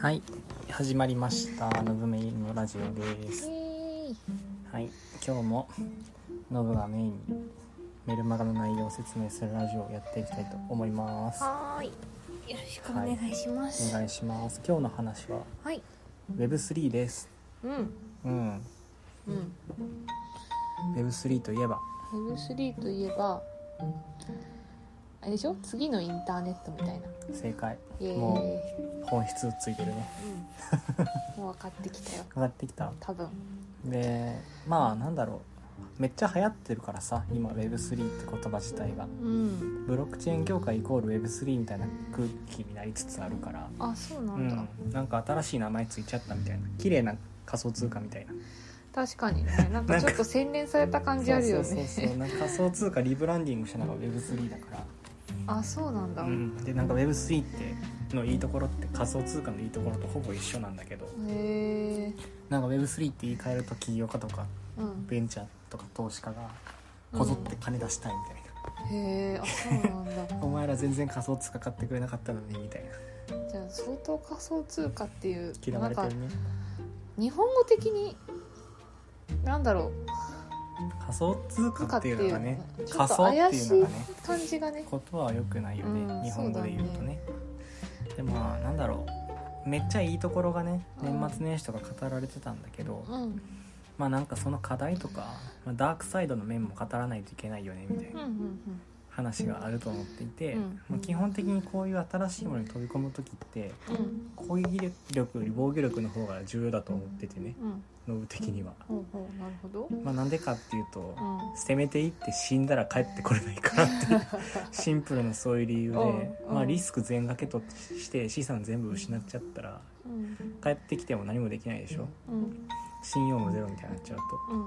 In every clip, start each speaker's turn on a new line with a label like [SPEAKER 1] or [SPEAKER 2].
[SPEAKER 1] はい始まりました「のぶめいるのラジオ」ですはい今日ものぶがメインにメルマガの内容を説明するラジオをやっていきたいと思いますお
[SPEAKER 2] はーい。よろしくお願いします。はい。
[SPEAKER 1] 願いします今日の話は Web3 です
[SPEAKER 2] うん。
[SPEAKER 1] うん
[SPEAKER 2] うん。
[SPEAKER 1] Web3 といえば
[SPEAKER 2] Web3 といえば、あれでしょ次のインターネットみたいな。
[SPEAKER 1] 正解
[SPEAKER 2] イエーイ。
[SPEAKER 1] もう本質ついてるね
[SPEAKER 2] うん、もう分かってきたよ。
[SPEAKER 1] 上がってきた
[SPEAKER 2] 多分。
[SPEAKER 1] でまあなんだろうめっちゃ流行ってるからさ今 Web3 って言葉自体が
[SPEAKER 2] うん。
[SPEAKER 1] ブロックチェーン業界イコール Web3 みたいな空気になりつつあるから
[SPEAKER 2] あ、そうな
[SPEAKER 1] うん
[SPEAKER 2] だ。
[SPEAKER 1] ん、なんか新しい名前ついちゃったみたいな綺麗な仮想通貨みたいな
[SPEAKER 2] 確か にね。なんかちょっと洗練された感じあるよ
[SPEAKER 1] そうそうそうそ
[SPEAKER 2] ね。
[SPEAKER 1] うなんか仮想通貨リブランディングしたのが Web3 だか
[SPEAKER 2] あ、そうなんだ。
[SPEAKER 1] ら、
[SPEAKER 2] へ
[SPEAKER 1] うん、でなんか Web3 ってのいいところって仮想通貨のいいところとほぼ一緒なんだけど
[SPEAKER 2] え。
[SPEAKER 1] なんか Web3 って言い換えると起業家とか
[SPEAKER 2] うん。
[SPEAKER 1] ベンチャーとか投資家がこぞって金出したいみたい
[SPEAKER 2] へえ。あ、そうなん だ
[SPEAKER 1] な、。お前ら全然仮想通貨買ってくれなかったのにみたいな
[SPEAKER 2] じゃあ相当仮想通貨っていう
[SPEAKER 1] 嫌われて
[SPEAKER 2] なん
[SPEAKER 1] る
[SPEAKER 2] か
[SPEAKER 1] ね
[SPEAKER 2] 日本語的になんだろう
[SPEAKER 1] 仮想通貨っていうのがね
[SPEAKER 2] ちょ
[SPEAKER 1] 仮
[SPEAKER 2] っと
[SPEAKER 1] 想っ
[SPEAKER 2] 怪
[SPEAKER 1] てい
[SPEAKER 2] し
[SPEAKER 1] う
[SPEAKER 2] い
[SPEAKER 1] のがね
[SPEAKER 2] 感じがね
[SPEAKER 1] ことは良くないよね、
[SPEAKER 2] うん
[SPEAKER 1] 日本語で言うとねでまあなんだろうめっちゃいいところがね
[SPEAKER 2] うん
[SPEAKER 1] 年末年始とか語られてたんだけど、
[SPEAKER 2] うんうん
[SPEAKER 1] まあなんかその課題とか、まあ、ダークサイドの面も語らないといけないよねみたい
[SPEAKER 2] うんう
[SPEAKER 1] なん話があると思っていて、
[SPEAKER 2] うん
[SPEAKER 1] まあ基本的にこういう新しいものに飛び込む時って
[SPEAKER 2] うん
[SPEAKER 1] 攻撃力より防御力の方が重要だと思っててね
[SPEAKER 2] うん
[SPEAKER 1] ノブ的には。
[SPEAKER 2] ほうほうなるほど
[SPEAKER 1] まあ、なんでかっていうと、
[SPEAKER 2] うん
[SPEAKER 1] 攻めていって死んだら帰ってこれないからって いうシンプルなそういう理由で、
[SPEAKER 2] うんうん
[SPEAKER 1] まあ、リスク全掛けとして資産全部失っちゃったら
[SPEAKER 2] うん
[SPEAKER 1] 帰ってきても何もできないでしょ
[SPEAKER 2] うん
[SPEAKER 1] 信用もゼロみたいになっちゃう
[SPEAKER 2] うん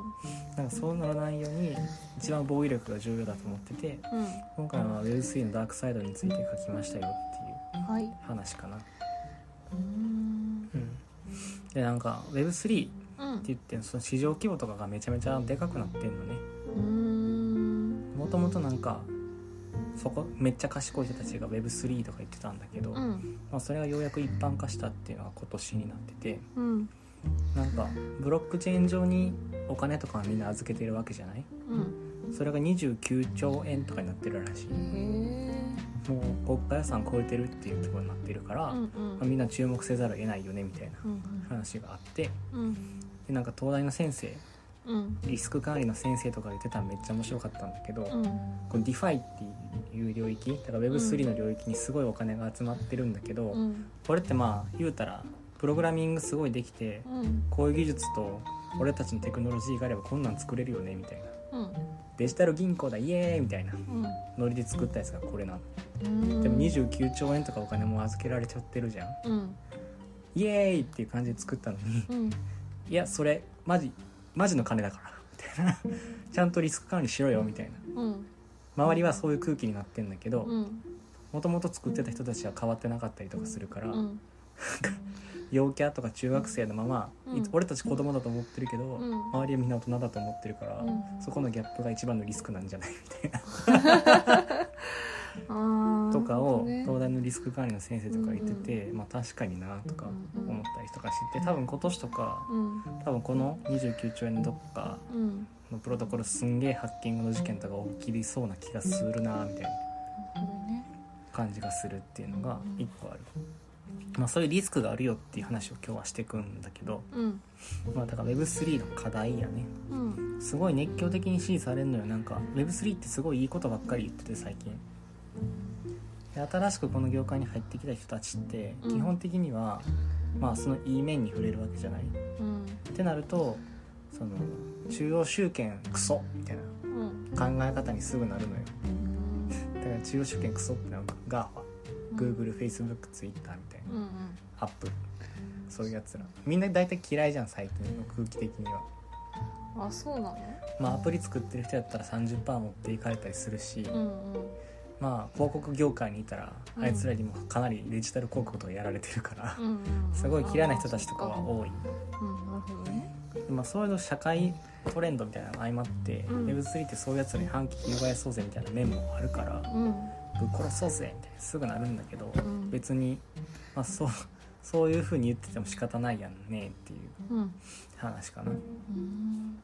[SPEAKER 1] となんかそうならないように一番防御力が重要だと思ってて
[SPEAKER 2] うん
[SPEAKER 1] 今回は Web3 のダークサイドについて書きましたよっていう
[SPEAKER 2] はい
[SPEAKER 1] 話かな、
[SPEAKER 2] うん
[SPEAKER 1] うん、でなんか Web3 って
[SPEAKER 2] うん
[SPEAKER 1] 言ってその市場規模とかがめちゃめちゃでかくなってんのね
[SPEAKER 2] うん
[SPEAKER 1] もともとなんかそこめっちゃ賢い人たちが Web3 とか言ってたんだけど、ま
[SPEAKER 2] うん
[SPEAKER 1] あ、それがようやく一般化したっていうのが今年になってて
[SPEAKER 2] うん
[SPEAKER 1] なんかブロックチェーン上にお金とかはみんな預けてるわけじゃない
[SPEAKER 2] うん
[SPEAKER 1] それが29兆円とかになってるらしい
[SPEAKER 2] へえ
[SPEAKER 1] もう国家予算超えてるっていうところになってるから、
[SPEAKER 2] う
[SPEAKER 1] ま
[SPEAKER 2] んうん
[SPEAKER 1] あ、みんな注目せざるを得ないよねみたいな
[SPEAKER 2] うん
[SPEAKER 1] 話があって
[SPEAKER 2] うん
[SPEAKER 1] でなんか東大の先生
[SPEAKER 2] うん
[SPEAKER 1] リスク管理の先生とか言ってたのめっちゃ面白かったんだけど、
[SPEAKER 2] うん
[SPEAKER 1] この DeFi っていう領域だから Web3 の領域にすごいお金が集まってるんだけど、
[SPEAKER 2] うん
[SPEAKER 1] これってまあ言うたらプログラミングすごいできて
[SPEAKER 2] うん
[SPEAKER 1] こういう技術と俺たちのテクノロジーがあればこんなん作れるよねみたいな
[SPEAKER 2] うん
[SPEAKER 1] デジタル銀行だイエーイみたいな
[SPEAKER 2] う
[SPEAKER 1] ノリで作ったやつがこれなの
[SPEAKER 2] ん
[SPEAKER 1] でも29兆円とかお金も預けられちゃってるじゃん
[SPEAKER 2] うん
[SPEAKER 1] イエーイっていう感じで作ったのに
[SPEAKER 2] うん
[SPEAKER 1] いやそれマジマジの金だからみたいな ちゃんとリスク管理しろよみたいな
[SPEAKER 2] うん
[SPEAKER 1] 周りはそういう空気になってんだけど、
[SPEAKER 2] うん
[SPEAKER 1] もともと作ってた人たちは変わってなかったりとかするから、
[SPEAKER 2] うん
[SPEAKER 1] 陽キャとか中学生のまま、い
[SPEAKER 2] うん
[SPEAKER 1] 俺たち子供だと思ってるけど、
[SPEAKER 2] ん
[SPEAKER 1] 周りはみんな大人だと思ってるから、
[SPEAKER 2] うん
[SPEAKER 1] そこのギャップが一番のリスクなんじゃないみたい
[SPEAKER 2] あー
[SPEAKER 1] なとかを、
[SPEAKER 2] なるほ
[SPEAKER 1] 東
[SPEAKER 2] どね
[SPEAKER 1] 大のリスク管理の先生とか言ってて、まあ確かになとか思ったりとかして多分今年とか
[SPEAKER 2] うん
[SPEAKER 1] 多分この29兆円のどっか
[SPEAKER 2] うん
[SPEAKER 1] のプロトコルすんげえハッキングの事件とか起きそうな気がするなみたいな
[SPEAKER 2] これね
[SPEAKER 1] 感じがするっていうのが1個ある。まあ、そういうリスクがあるよっていう話を今日はしていくんだけど、
[SPEAKER 2] うん
[SPEAKER 1] まあ、だから Web3 の課題やね
[SPEAKER 2] うん
[SPEAKER 1] すごい熱狂的に支持されるのよなんか Web3 ってすごいいいことばっかり言ってて最近で新しくこの業界に入ってきた人たちって
[SPEAKER 2] うん
[SPEAKER 1] 基本的には、まあそのいい面に触れるわけじゃないっ
[SPEAKER 2] うん
[SPEAKER 1] てなるとその中央集権クソみたいな
[SPEAKER 2] うん
[SPEAKER 1] 考え方にすぐなるのよだから中央集権クソってのは GAFAGoogleFacebookTwitter みたい
[SPEAKER 2] うんう
[SPEAKER 1] なんアップそういうやつらみんな大体嫌いじゃん最近の空気的には
[SPEAKER 2] あそうなの
[SPEAKER 1] まあ、アプリ作ってる人やったら30%持っていかれたりするし、
[SPEAKER 2] うんうん
[SPEAKER 1] まあ広告業界にいたら
[SPEAKER 2] うん
[SPEAKER 1] あいつらにもかなりデジタル広告とかやられてるから、
[SPEAKER 2] うんうん
[SPEAKER 1] すごい嫌いな人たちとかは
[SPEAKER 2] あー
[SPEAKER 1] 多い、
[SPEAKER 2] そっかうんなるほどね
[SPEAKER 1] まあ、そういうの社会トレンドみたいなのが相まって、
[SPEAKER 2] うん
[SPEAKER 1] Web3 ってそういうやつらに反旗翻そうぜみたいな面もあるから
[SPEAKER 2] うん
[SPEAKER 1] ぶっ殺そうぜみたいなすぐなるんだけど
[SPEAKER 2] うん
[SPEAKER 1] 別に、まあ、そうそういうふうに言ってても仕方ないやんねっていう
[SPEAKER 2] うん
[SPEAKER 1] 話かな
[SPEAKER 2] うん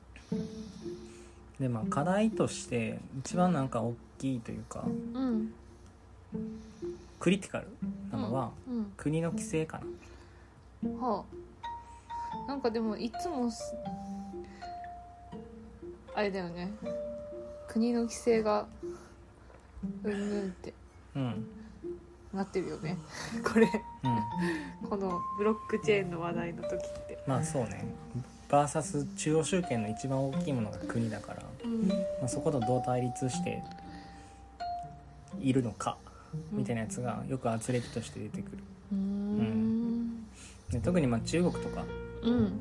[SPEAKER 1] でまあ課題として一番なんか大きいというか
[SPEAKER 2] うん
[SPEAKER 1] クリティカルなのは
[SPEAKER 2] うん
[SPEAKER 1] 国の規制かな
[SPEAKER 2] はあなんかでもいつもすあれだよね国の規制がうんぬんって
[SPEAKER 1] うん
[SPEAKER 2] なってるよねこれ
[SPEAKER 1] うん
[SPEAKER 2] このブロックチェーンの話題の時って
[SPEAKER 1] まあそうねバーサス中央集権の一番大きいものが国だから、
[SPEAKER 2] うん
[SPEAKER 1] まあ、そことどう対立しているのかみたい
[SPEAKER 2] な
[SPEAKER 1] なやつがよく圧力として出てくる
[SPEAKER 2] うーん
[SPEAKER 1] で特にまあ中国とか、
[SPEAKER 2] うん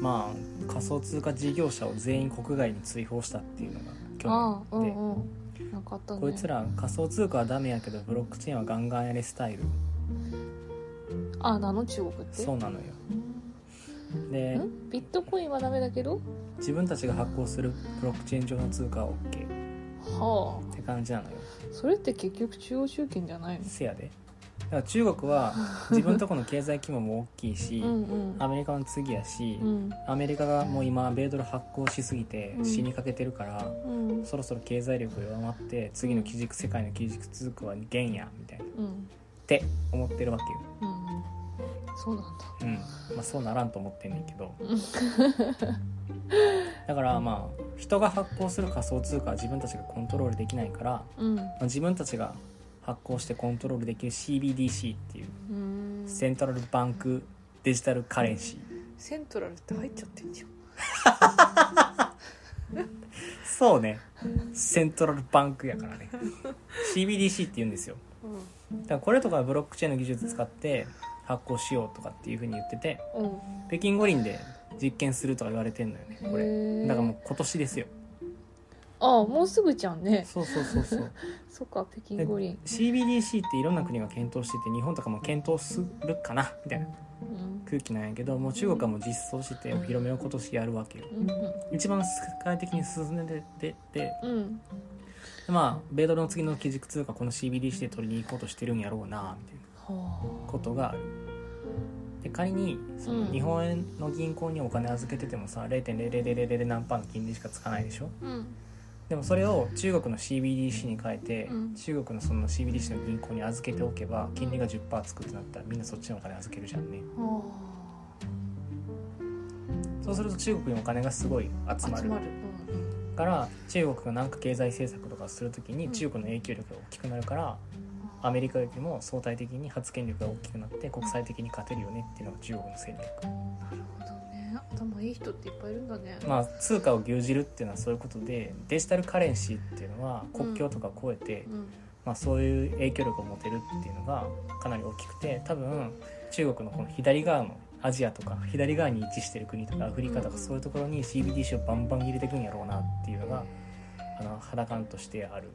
[SPEAKER 1] まあ、仮想通貨事業者を全員国外に追放したっていうのが
[SPEAKER 2] ああ
[SPEAKER 1] 去
[SPEAKER 2] う
[SPEAKER 1] 年で、
[SPEAKER 2] んうんなんかあったね
[SPEAKER 1] こいつら仮想通貨はダメやけどブロックチェーンはガンガンやれスタイル
[SPEAKER 2] あなの中国って
[SPEAKER 1] そうなのよで
[SPEAKER 2] んビットコインはダメだけど
[SPEAKER 1] 自分たちが発行するブロックチェーン上の通貨は OK っ
[SPEAKER 2] は
[SPEAKER 1] て感じなのよ
[SPEAKER 2] あそれって結局中央集権じゃないの
[SPEAKER 1] せやでだから中国 は自分とこの経済規模も大きいし、
[SPEAKER 2] うんうん
[SPEAKER 1] アメリカの次やし、
[SPEAKER 2] うん
[SPEAKER 1] アメリカがもう今米ドル発行しすぎて
[SPEAKER 2] うん
[SPEAKER 1] 死にかけてるから、
[SPEAKER 2] うん
[SPEAKER 1] そろそろ経済力弱まって次の基軸世界の基軸通貨は元やみたいなっ
[SPEAKER 2] うん
[SPEAKER 1] て思ってるわけよ、
[SPEAKER 2] うんそうなんだ
[SPEAKER 1] うんまあ、そうならんと思ってんねんけ どだからまあ人が発行する仮想通貨は自分たちがコントロールできないから、ま
[SPEAKER 2] うんう
[SPEAKER 1] あ自分たちが発行してコントロールできる CBDC っていう
[SPEAKER 2] ーん
[SPEAKER 1] セントラルバンクデジタルカレンシー
[SPEAKER 2] セントラルって入っちゃってんじゃん
[SPEAKER 1] そうねセントラルバンクやからね CBDC って言うんですよ
[SPEAKER 2] う
[SPEAKER 1] だからこれとかブロックチェーンの技術使って発行しようとかっていうふうに言ってて
[SPEAKER 2] んうん
[SPEAKER 1] 北京五輪で実験するとか言われてんのよねこ
[SPEAKER 2] へ
[SPEAKER 1] れ
[SPEAKER 2] ー
[SPEAKER 1] だからもう今年ですよ
[SPEAKER 2] ああもうすぐじゃんね
[SPEAKER 1] そうそうそうそう
[SPEAKER 2] そっか北
[SPEAKER 1] で
[SPEAKER 2] 京五輪
[SPEAKER 1] CBDC っていろんな国が検討してて日本とかも検討するかなみたいな
[SPEAKER 2] うん
[SPEAKER 1] 空気なんやけどもう中国はもう実装してお披露目を今年やるわけよ
[SPEAKER 2] うん
[SPEAKER 1] 一番世界的に進んでてで
[SPEAKER 2] うんうん
[SPEAKER 1] まあ米ドルの次の基軸通貨この CBDC で取りに行こうとしてるんやろうなみたいな
[SPEAKER 2] は
[SPEAKER 1] ことがあるで仮にその
[SPEAKER 2] うん
[SPEAKER 1] 日本円の銀行にお金預けててもさ0.0000何パーの金利しかつかないでしょ
[SPEAKER 2] あうん
[SPEAKER 1] でもそれを中国の CBDC に変えて、
[SPEAKER 2] うん
[SPEAKER 1] 中国のその CBDC の銀行に預けておけば金利が10%つくってなったらみんなそっちのお金預けるじゃんね
[SPEAKER 2] は
[SPEAKER 1] そうすると中国にお金がすごい集
[SPEAKER 2] あ
[SPEAKER 1] ま
[SPEAKER 2] 集
[SPEAKER 1] る
[SPEAKER 2] まるうん
[SPEAKER 1] から中国が何か経済政策とかするときに
[SPEAKER 2] うん
[SPEAKER 1] 中国の影響力が大きくなるから、アメリカよりも相対的に発言力が大きくなって国際的に勝てるよねっていうのが中国の戦略
[SPEAKER 2] なるほどね頭いい人っていっぱいいるんだね
[SPEAKER 1] まあ通貨を牛耳るっていうのはそういうことでデジタルカレンシーっていうのは国境とかを越えて、
[SPEAKER 2] うん
[SPEAKER 1] まあ、そういう影響力を持てるっていうのがかなり大きくて多分中国のこの左側のアジアとか左側に位置してる国とかアフリカと
[SPEAKER 2] うんう
[SPEAKER 1] か
[SPEAKER 2] ん
[SPEAKER 1] そういうところに CBDC をバンバン入れていくんやろうなっていうのがあの肌感としてある。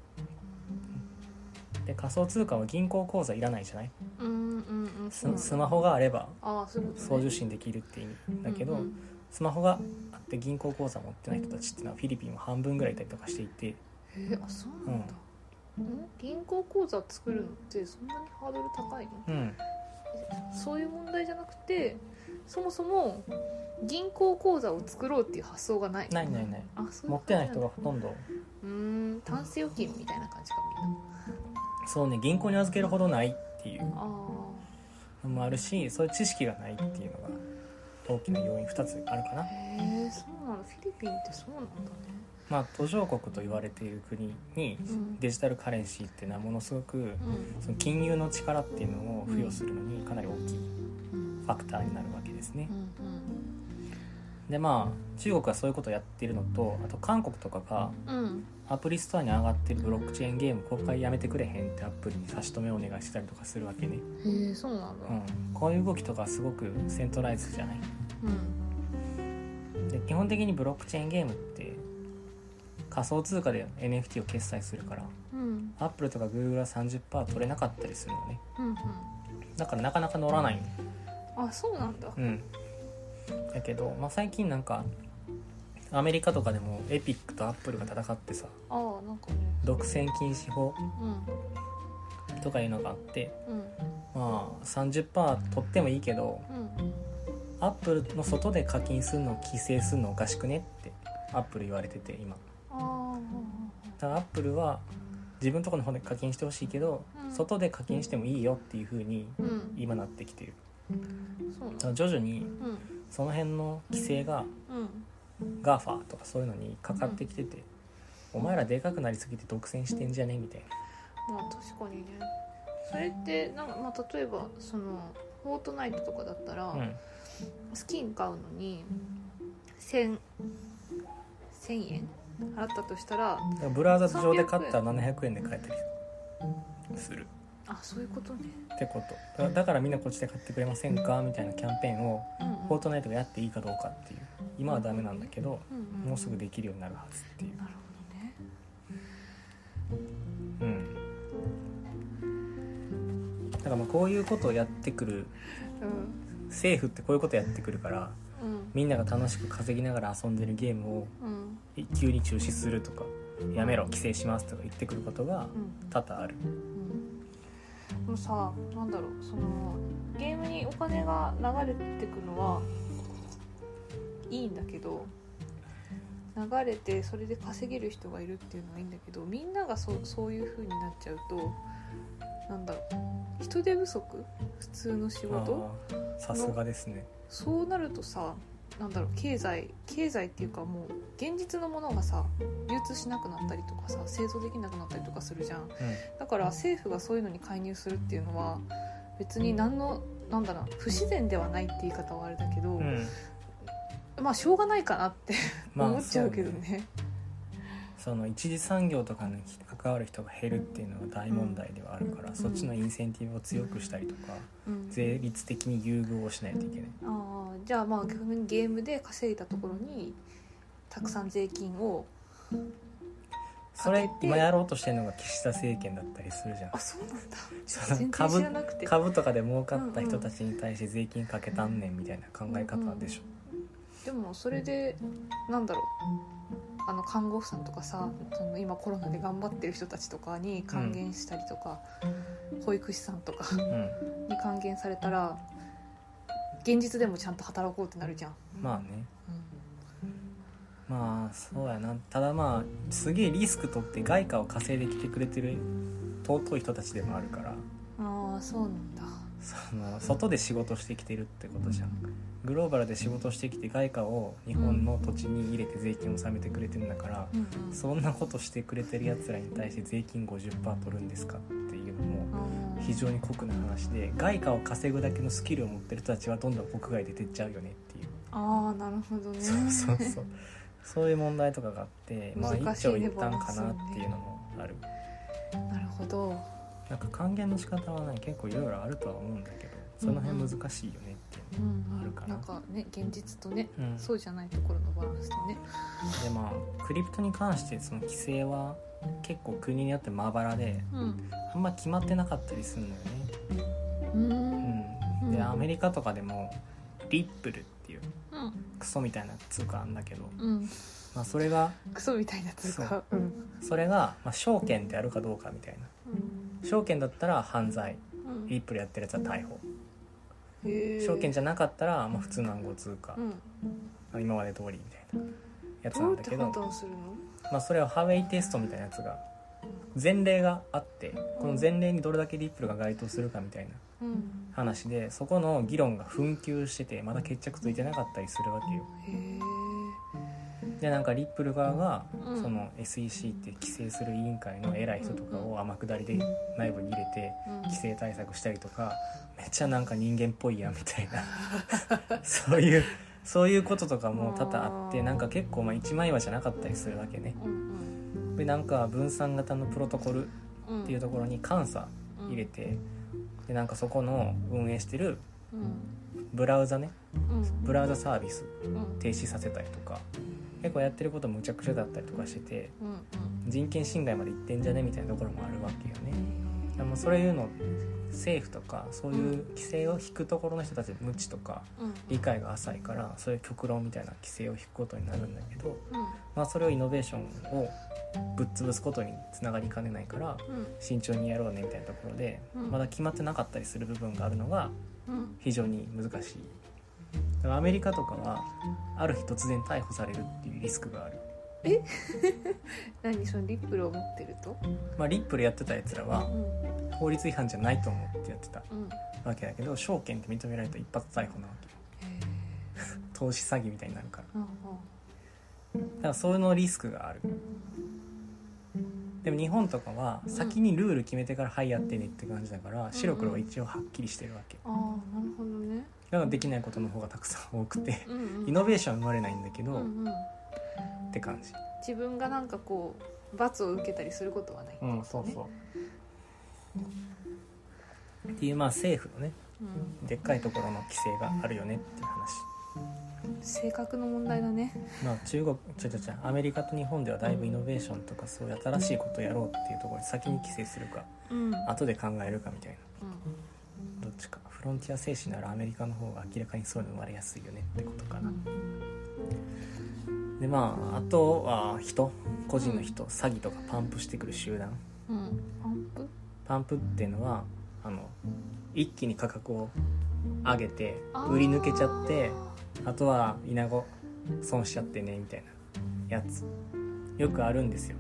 [SPEAKER 1] で仮想通貨は銀行口座いらないじゃない
[SPEAKER 2] うんうんうん
[SPEAKER 1] ススマホがあれば
[SPEAKER 2] ああそういうことね
[SPEAKER 1] 送受信できるって意味だけど、
[SPEAKER 2] うんうん
[SPEAKER 1] スマホがあって銀行口座持ってない人たちっていうのはフィリピンは半分ぐらいいたりとかしていて
[SPEAKER 2] へえあそうなんだ、ん、銀行口座作るのってそんなにハードル高いの
[SPEAKER 1] うん
[SPEAKER 2] そういう問題じゃなくてそもそも銀行口座を作ろうっていう発想がない
[SPEAKER 1] ないないない
[SPEAKER 2] あそういう
[SPEAKER 1] 持
[SPEAKER 2] 感
[SPEAKER 1] っ
[SPEAKER 2] じ
[SPEAKER 1] て
[SPEAKER 2] な
[SPEAKER 1] なんい
[SPEAKER 2] だ
[SPEAKER 1] 人がほとんど
[SPEAKER 2] うーんタンス預金みたいな感じかみんな
[SPEAKER 1] そうね銀行に預けるほどないっていう
[SPEAKER 2] あ
[SPEAKER 1] のもあるしそういう知識がないっていうのが大きな要因2つあるかな
[SPEAKER 2] あへえそうなのフィリピンってそうなんだね
[SPEAKER 1] まあ途上国と言われている国に
[SPEAKER 2] うん
[SPEAKER 1] デジタルカレンシーっていうのはものすごく
[SPEAKER 2] うん
[SPEAKER 1] その金融の力っていうのを付与するのにかなり大きいファクターになるわけですね
[SPEAKER 2] うんうん
[SPEAKER 1] でまあ中国はそういうことをやっているのとあと韓国とかが
[SPEAKER 2] うん
[SPEAKER 1] アプリストアに上がってるブロックチェーンゲーム公開やめてくれへんってアップルに差し止めをお願いしたりとかするわけね、
[SPEAKER 2] へえそうなんだ
[SPEAKER 1] うん、こういう動きとかすごくセントライズじゃない
[SPEAKER 2] うん
[SPEAKER 1] で基本的にブロックチェーンゲームって仮想通貨で NFT を決済するから
[SPEAKER 2] うん
[SPEAKER 1] アップルとか Google は30%取れなかったりするのね
[SPEAKER 2] うんうん
[SPEAKER 1] だからなかなか乗らない
[SPEAKER 2] あそうなんだ
[SPEAKER 1] うんだけど、まあ、最近なんかアメリカとかでもエピックとアップルが戦ってさ
[SPEAKER 2] ああなんかね
[SPEAKER 1] 独占禁止法
[SPEAKER 2] うん
[SPEAKER 1] とかいうのがあって
[SPEAKER 2] うん
[SPEAKER 1] まあ30%取ってもいいけど
[SPEAKER 2] うん
[SPEAKER 1] アップルの外で課金するのを規制するのおかしくねってアップル言われてて今
[SPEAKER 2] ああ
[SPEAKER 1] ただアップルは自分とこの方で課金してほしいけど、
[SPEAKER 2] うん
[SPEAKER 1] 外で課金してもいいよっていう風に
[SPEAKER 2] うん
[SPEAKER 1] 今なってきてる
[SPEAKER 2] そう
[SPEAKER 1] だ
[SPEAKER 2] な
[SPEAKER 1] から徐々に
[SPEAKER 2] の
[SPEAKER 1] その辺の規制が
[SPEAKER 2] うんうん、
[SPEAKER 1] GAFA とかそういうのにかかってきてて、お前らでかくなりすぎて独占してんじゃねみたい
[SPEAKER 2] まあ確かにねそれってなんか、まあ、例えばそのフォートナイトとかだったら、
[SPEAKER 1] な、うん、
[SPEAKER 2] スキン買うのに1000 1000円払ったとしたら
[SPEAKER 1] だからブラウザ上で買ったら700円で買えたりする
[SPEAKER 2] あそういうことね、
[SPEAKER 1] ってことだだからみんなこっちで買ってくれませんかみたいなキャンペーンを
[SPEAKER 2] うんうん、
[SPEAKER 1] フォートナイトがやっていいかどうかっていう今はダメなんだけど
[SPEAKER 2] うんうん、
[SPEAKER 1] もうすぐできるようになるはずっていう
[SPEAKER 2] なるほどね
[SPEAKER 1] うんだからまあこういうことをやってくる
[SPEAKER 2] うん
[SPEAKER 1] 政府ってこういうことやってくるから
[SPEAKER 2] うん
[SPEAKER 1] みんなが楽しく稼ぎながら遊んでるゲームを
[SPEAKER 2] うん
[SPEAKER 1] 急に中止するとかやめろ規制しますとか言ってくることが
[SPEAKER 2] うん
[SPEAKER 1] 多々ある
[SPEAKER 2] うんでもさなんだろうそのゲームにお金が流れてくのはいいんだけど流れてそれで稼げる人がいるっていうのはいいんだけどみんながそそういう風になっちゃうとなんだろう人手不足普通の仕事
[SPEAKER 1] あーさすがですね
[SPEAKER 2] そうなるとさなんだろう経済経済っていうかもう現実のものがさ流通しなくなったりとかさ製造できなくなったりとかするじゃんだから政府がそういうのに介入するっていうのは別に何のなんだろう不自然ではないって言い方はあれだけど、
[SPEAKER 1] うん、うん、
[SPEAKER 2] まあしょうがないかなって
[SPEAKER 1] まあ
[SPEAKER 2] 思っちゃうけど
[SPEAKER 1] そね
[SPEAKER 2] ね。
[SPEAKER 1] その一次産業とかに関わる人が減るっていうのが大問題ではあるから、そっちのインセンティブを強くしたりとか、
[SPEAKER 2] うん
[SPEAKER 1] 税率的に優遇をしないといけない
[SPEAKER 2] あーじゃあまあ逆にゲームで稼いだところにたくさん税金を
[SPEAKER 1] それ
[SPEAKER 2] かけて
[SPEAKER 1] 今やろうとしてるのが岸田政権だったりするじゃん
[SPEAKER 2] あそうなんだ
[SPEAKER 1] その
[SPEAKER 2] 全然
[SPEAKER 1] 株
[SPEAKER 2] 知らなくて
[SPEAKER 1] 株とかで儲かった人たちに対して税金かけたんねんみたいな考え方でしょ、
[SPEAKER 2] でもそれでなんだろうあの看護婦さんとかさその今コロナで頑張ってる人たちとかに還元したりとか、保育士さんとか
[SPEAKER 1] う ん、
[SPEAKER 2] に還元されたら現実でもちゃんと働こうってなるじゃん、
[SPEAKER 1] まあねまあそうやなただまあすげえリスク取って外貨を稼いできてくれてる尊い人たちでもあるから
[SPEAKER 2] ああそうなんだ
[SPEAKER 1] その外で仕事してきてるってことじゃんグローバルで仕事してきて外貨を日本の土地に入れて税金を納めてくれてるんだから、
[SPEAKER 2] うんうん
[SPEAKER 1] そんなことしてくれてるやつらに対して税金50%取るんですかっていうのも
[SPEAKER 2] あー
[SPEAKER 1] 非常に酷な話で外貨を稼ぐだけのスキルを持ってる人たちはどんどん国外出てっちゃうよねっていう、
[SPEAKER 2] あーなるほどね
[SPEAKER 1] そうそうそうそういう問題とかがあってまあ一
[SPEAKER 2] 難しい
[SPEAKER 1] 長
[SPEAKER 2] ね
[SPEAKER 1] 一短かなっていうのもある
[SPEAKER 2] なるほど
[SPEAKER 1] なんか還元の仕方はね結構いろいろあるとは思うんだけどその辺難しいよねっていう
[SPEAKER 2] うんうん
[SPEAKER 1] あるかな
[SPEAKER 2] なんかね現実とね、
[SPEAKER 1] うん
[SPEAKER 2] そうじゃないところのバランスとね
[SPEAKER 1] でまあクリプトに関してその規制は結構国によってまばらで
[SPEAKER 2] うん
[SPEAKER 1] あんま決まってなかったりするのよね、
[SPEAKER 2] うん
[SPEAKER 1] うん、で
[SPEAKER 2] うん
[SPEAKER 1] アメリカとかでもリップルっていう
[SPEAKER 2] うん
[SPEAKER 1] クソみたいな通貨あんだけど、
[SPEAKER 2] うん
[SPEAKER 1] まあ、それが
[SPEAKER 2] クソみたいなつう
[SPEAKER 1] そ
[SPEAKER 2] かうん
[SPEAKER 1] それが、まあ、証券であるかどうかみたいな証券だったら犯罪
[SPEAKER 2] うん
[SPEAKER 1] リップルやってるやつは逮捕
[SPEAKER 2] へー
[SPEAKER 1] 証券じゃなかったら、まあ、普通の暗号通貨
[SPEAKER 2] う、ん
[SPEAKER 1] 今まで通りみたいなやつ
[SPEAKER 2] ど
[SPEAKER 1] な
[SPEAKER 2] うん
[SPEAKER 1] だ
[SPEAKER 2] やっ
[SPEAKER 1] け
[SPEAKER 2] て
[SPEAKER 1] ど
[SPEAKER 2] 判断するの
[SPEAKER 1] まあ、それはハウェイテストみたいなやつが前例があってこの前例にどれだけリップルが該当するかみたいな
[SPEAKER 2] うん
[SPEAKER 1] 話でそこの議論が紛糾しててまだ決着ついてなかったりするわけよ
[SPEAKER 2] へえ
[SPEAKER 1] でなんかリップル側が
[SPEAKER 2] うん
[SPEAKER 1] その SEC って規制する委員会の偉い人とかを天下りで内部に入れて
[SPEAKER 2] うん
[SPEAKER 1] 規制対策したりとかめっちゃなんか人間っぽいやんみたいな そういうそういうこととかも多々あってなんか結構まあ一枚岩じゃなかったりするわけね
[SPEAKER 2] うん
[SPEAKER 1] でなんか分散型のプロトコル
[SPEAKER 2] うん
[SPEAKER 1] っていうところに監査入れてでなんかそこの運営してる
[SPEAKER 2] うん
[SPEAKER 1] ブラウザね
[SPEAKER 2] うん
[SPEAKER 1] ブラウザサービス
[SPEAKER 2] うん
[SPEAKER 1] 停止させたりとか結構やってることむちゃくちゃだったりとかしてて
[SPEAKER 2] うんうん
[SPEAKER 1] 人権侵害まで行ってんじゃねみたいなところもあるわけよねでもそういうの政府とかそういう規制を引くところの人たち無知とか
[SPEAKER 2] うん
[SPEAKER 1] 理解が浅いからそういう極論みたいな規制を引くことになるんだけど、
[SPEAKER 2] うん
[SPEAKER 1] まあ、それをイノベーションをぶっ潰すことにつながりかねないから
[SPEAKER 2] うん
[SPEAKER 1] 慎重にやろうねみたいなところで
[SPEAKER 2] うん
[SPEAKER 1] まだ決まってなかったりする部分があるのが
[SPEAKER 2] うん
[SPEAKER 1] 非常に難しいだからアメリカとかはある日突然逮捕されるっていうリスクがある、
[SPEAKER 2] 何そのリップルを持ってると
[SPEAKER 1] まあ、リップルやってたやつら
[SPEAKER 2] う
[SPEAKER 1] は
[SPEAKER 2] ん
[SPEAKER 1] 法律違反じゃないと思ってやってた
[SPEAKER 2] うん
[SPEAKER 1] わけだけど証券って認められた一発逮捕なわけ
[SPEAKER 2] へ
[SPEAKER 1] 投資詐欺みたいになるから
[SPEAKER 2] ーうん
[SPEAKER 1] だからそういうのリスクがあるでも日本とかは先にルール決めてから「はいやってね」って感じだから白黒は一応はっきりしてるわけ
[SPEAKER 2] ああなるほどね
[SPEAKER 1] だからできないことの方がたくさん多くて
[SPEAKER 2] うんうん
[SPEAKER 1] イノベーションは生まれないんだけど、
[SPEAKER 2] うんうん
[SPEAKER 1] って感じ
[SPEAKER 2] 自分がなんかこう罰を受けたりすることはない、
[SPEAKER 1] うんそうそうっていうまあ政府のね
[SPEAKER 2] うん
[SPEAKER 1] でっかいところの規制があるよねっていう話
[SPEAKER 2] 性格の問題だね
[SPEAKER 1] まあ中国ちょちょちょアメリカと日本ではだいぶイノベーションとかそういう新しいことをやろうっていうところに先に規制するか
[SPEAKER 2] うん、うん、
[SPEAKER 1] 後で考えるかみたいなどっちかフロンティア精神ならアメリカの方が明らかにそういうの生まれやすいよねってことかなでまああとは人個人の人詐欺とかパンプしてくる集団
[SPEAKER 2] うんパンプ
[SPEAKER 1] パンプっていうのはあの一気に価格を上げて
[SPEAKER 2] あー
[SPEAKER 1] 売り抜けちゃってあとはイナゴ損しちゃってねみたいなやつよくあるんですよ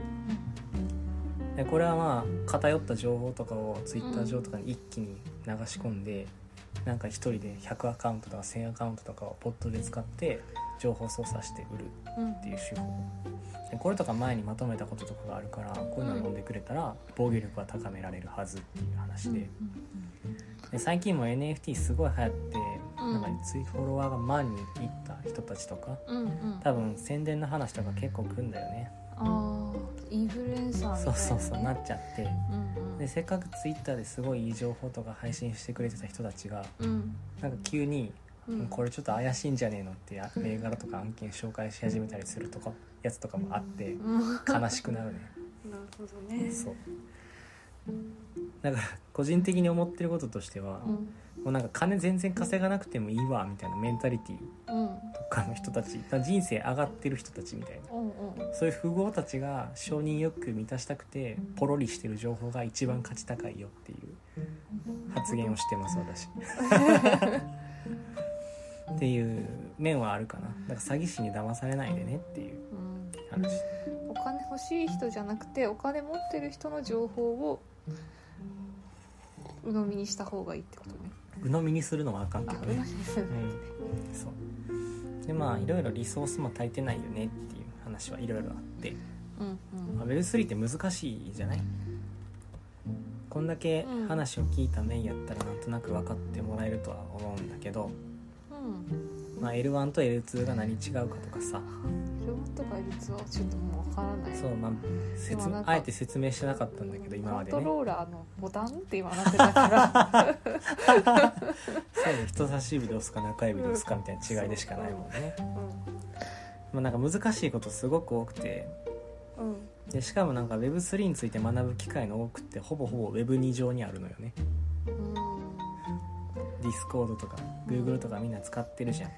[SPEAKER 1] でこれはまあ偏った情報とかをツイッター上とかに一気に流し込んで、なんか一人で100アカウントとか1000アカウントとかをポットで使って情報操作して売る
[SPEAKER 2] うん
[SPEAKER 1] っていう手法でこれとか前にまとめたこととかがあるからこういうのを読んでくれたら防御力は高められるはずっていう話でで最近も NFT すごい流行って
[SPEAKER 2] うん
[SPEAKER 1] なんかツイフォロワーが万人いった人たちとか
[SPEAKER 2] うんうんうん
[SPEAKER 1] 多分宣伝の話とか結構来んだよね
[SPEAKER 2] あーインフルエンサーみたい
[SPEAKER 1] そ
[SPEAKER 2] な、ね、
[SPEAKER 1] うそうそうなっちゃって
[SPEAKER 2] うんうん
[SPEAKER 1] でせっかくツイッターですごいいい情報とか配信してくれてた人たちが
[SPEAKER 2] うん
[SPEAKER 1] なんか急に
[SPEAKER 2] うん
[SPEAKER 1] これちょっと怪しいんじゃねえのってや銘柄とか案件紹介し始めたりするとかやつとかもあって
[SPEAKER 2] うんなる
[SPEAKER 1] 悲しくなるね
[SPEAKER 2] ほど ね
[SPEAKER 1] そうだから個人的に思ってることとしては
[SPEAKER 2] う
[SPEAKER 1] も
[SPEAKER 2] ん
[SPEAKER 1] うなんか金全然稼がなくてもいいわみたいなメンタリティ
[SPEAKER 2] うん
[SPEAKER 1] とかの人たちだから人生上がってる人たちみたいな
[SPEAKER 2] おうおう
[SPEAKER 1] そういう富豪たちが承認欲求満たしたくてポロリしてる情報が一番価値高いよっていう発言をしてます 私っていう面はあるかなだから詐欺師に騙されないでねっていう
[SPEAKER 2] うん
[SPEAKER 1] 話
[SPEAKER 2] お金欲しい人じゃなくてお金持ってる人の情報を鵜呑みにした方がいいってことね
[SPEAKER 1] 鵜呑みにするのはあかん
[SPEAKER 2] あ
[SPEAKER 1] けど
[SPEAKER 2] 鵜呑み
[SPEAKER 1] ね
[SPEAKER 2] にする
[SPEAKER 1] うんそうでまあいろいろリソースも足りてないよねっていう話はいろいろあって、
[SPEAKER 2] うん
[SPEAKER 1] まあ、Web3 って難しいじゃないこんだけ話を聞いた面やったらなんとなく分かってもらえるとは思うんだけど、
[SPEAKER 2] うん
[SPEAKER 1] まあ、L1 と L2 が何違うかとかさ
[SPEAKER 2] うんロボットが実はちょっともうわからない
[SPEAKER 1] そうまあ説
[SPEAKER 2] でもなんか
[SPEAKER 1] あえて説明してなかったんだけど今
[SPEAKER 2] コ
[SPEAKER 1] ま
[SPEAKER 2] ン
[SPEAKER 1] で
[SPEAKER 2] ト
[SPEAKER 1] ね
[SPEAKER 2] ローラーのボタンって今なって たから
[SPEAKER 1] そうね人差し指で押すか中指で押すかみたいな違いでしかないもんね、まあ、なんか難しいことすごく多くて
[SPEAKER 2] うんうん
[SPEAKER 1] でしかもなんか Web3 について学ぶ機会の多くってほぼほぼ Web2 上にあるのよね
[SPEAKER 2] うん
[SPEAKER 1] Discord とか Google とかみんな使ってるじゃん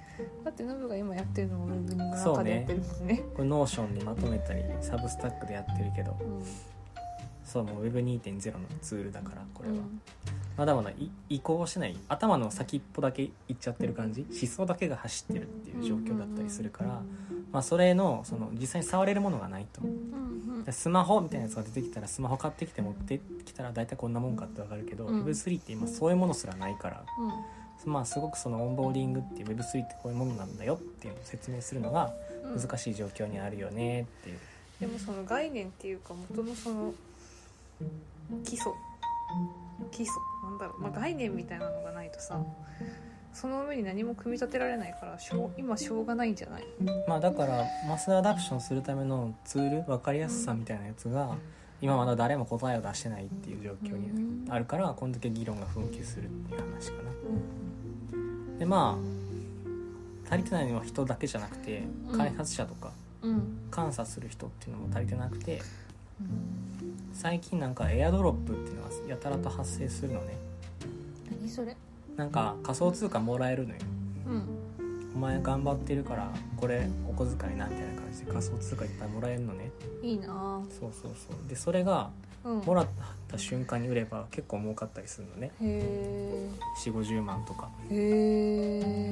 [SPEAKER 2] だってノブが今やってるのもウェブの
[SPEAKER 1] そう
[SPEAKER 2] 中
[SPEAKER 1] ね
[SPEAKER 2] でやってるもんね
[SPEAKER 1] これ Notion にまとめたりサブスタックでやってるけどそうもう Web2.0 のツールだからこれは、まだまだい移行してない頭の先っぽだけ行っちゃってる感じ思想だけが走ってるっていう状況だったりするから、まあ、それのその実際に触れるものがないと
[SPEAKER 2] うんうん
[SPEAKER 1] でスマホみたいなやつが出てきたらスマホ買ってきて持ってきたら大体こんなもんかってわかるけど、
[SPEAKER 2] うん
[SPEAKER 1] Web3 って今そういうものすらないから、
[SPEAKER 2] うん
[SPEAKER 1] まあ、すごくそのオンボーディングっていう Web3 ってこういうものなんだよっていうのを説明するのが
[SPEAKER 2] うん
[SPEAKER 1] 難しい状況にあるよねっていう、
[SPEAKER 2] でもその概念っていうか元のその基礎基礎なんだろう、まあ、概念みたいなのがないとさその上に何も組み立てられないからしょう今しょうがないんじゃない
[SPEAKER 1] まあ、だからマスアダプションするためのツール分かりやすさみたいなやつが今まだ誰も答えを出してないっていう状況にあるからこんだけ議論が紛糾するっていう話かな。でまあ足りてないのは人だけじゃなくて
[SPEAKER 2] うん
[SPEAKER 1] 開発者とか
[SPEAKER 2] うん
[SPEAKER 1] 監査する人っていうのも足りてなくて最近なんかエアドロップっていうのがやたらと発生するのね
[SPEAKER 2] 何それ
[SPEAKER 1] なんか仮想通貨もらえるのよ
[SPEAKER 2] うん
[SPEAKER 1] お前頑張ってるからこれお小遣いなみたいな感じで仮想通貨いっぱいもらえるのね
[SPEAKER 2] いいな
[SPEAKER 1] そうそうそうでそれが
[SPEAKER 2] あうん
[SPEAKER 1] もらった瞬間に売れば結構儲かったりするのね
[SPEAKER 2] へ
[SPEAKER 1] 4 5 0万とか、
[SPEAKER 2] えへ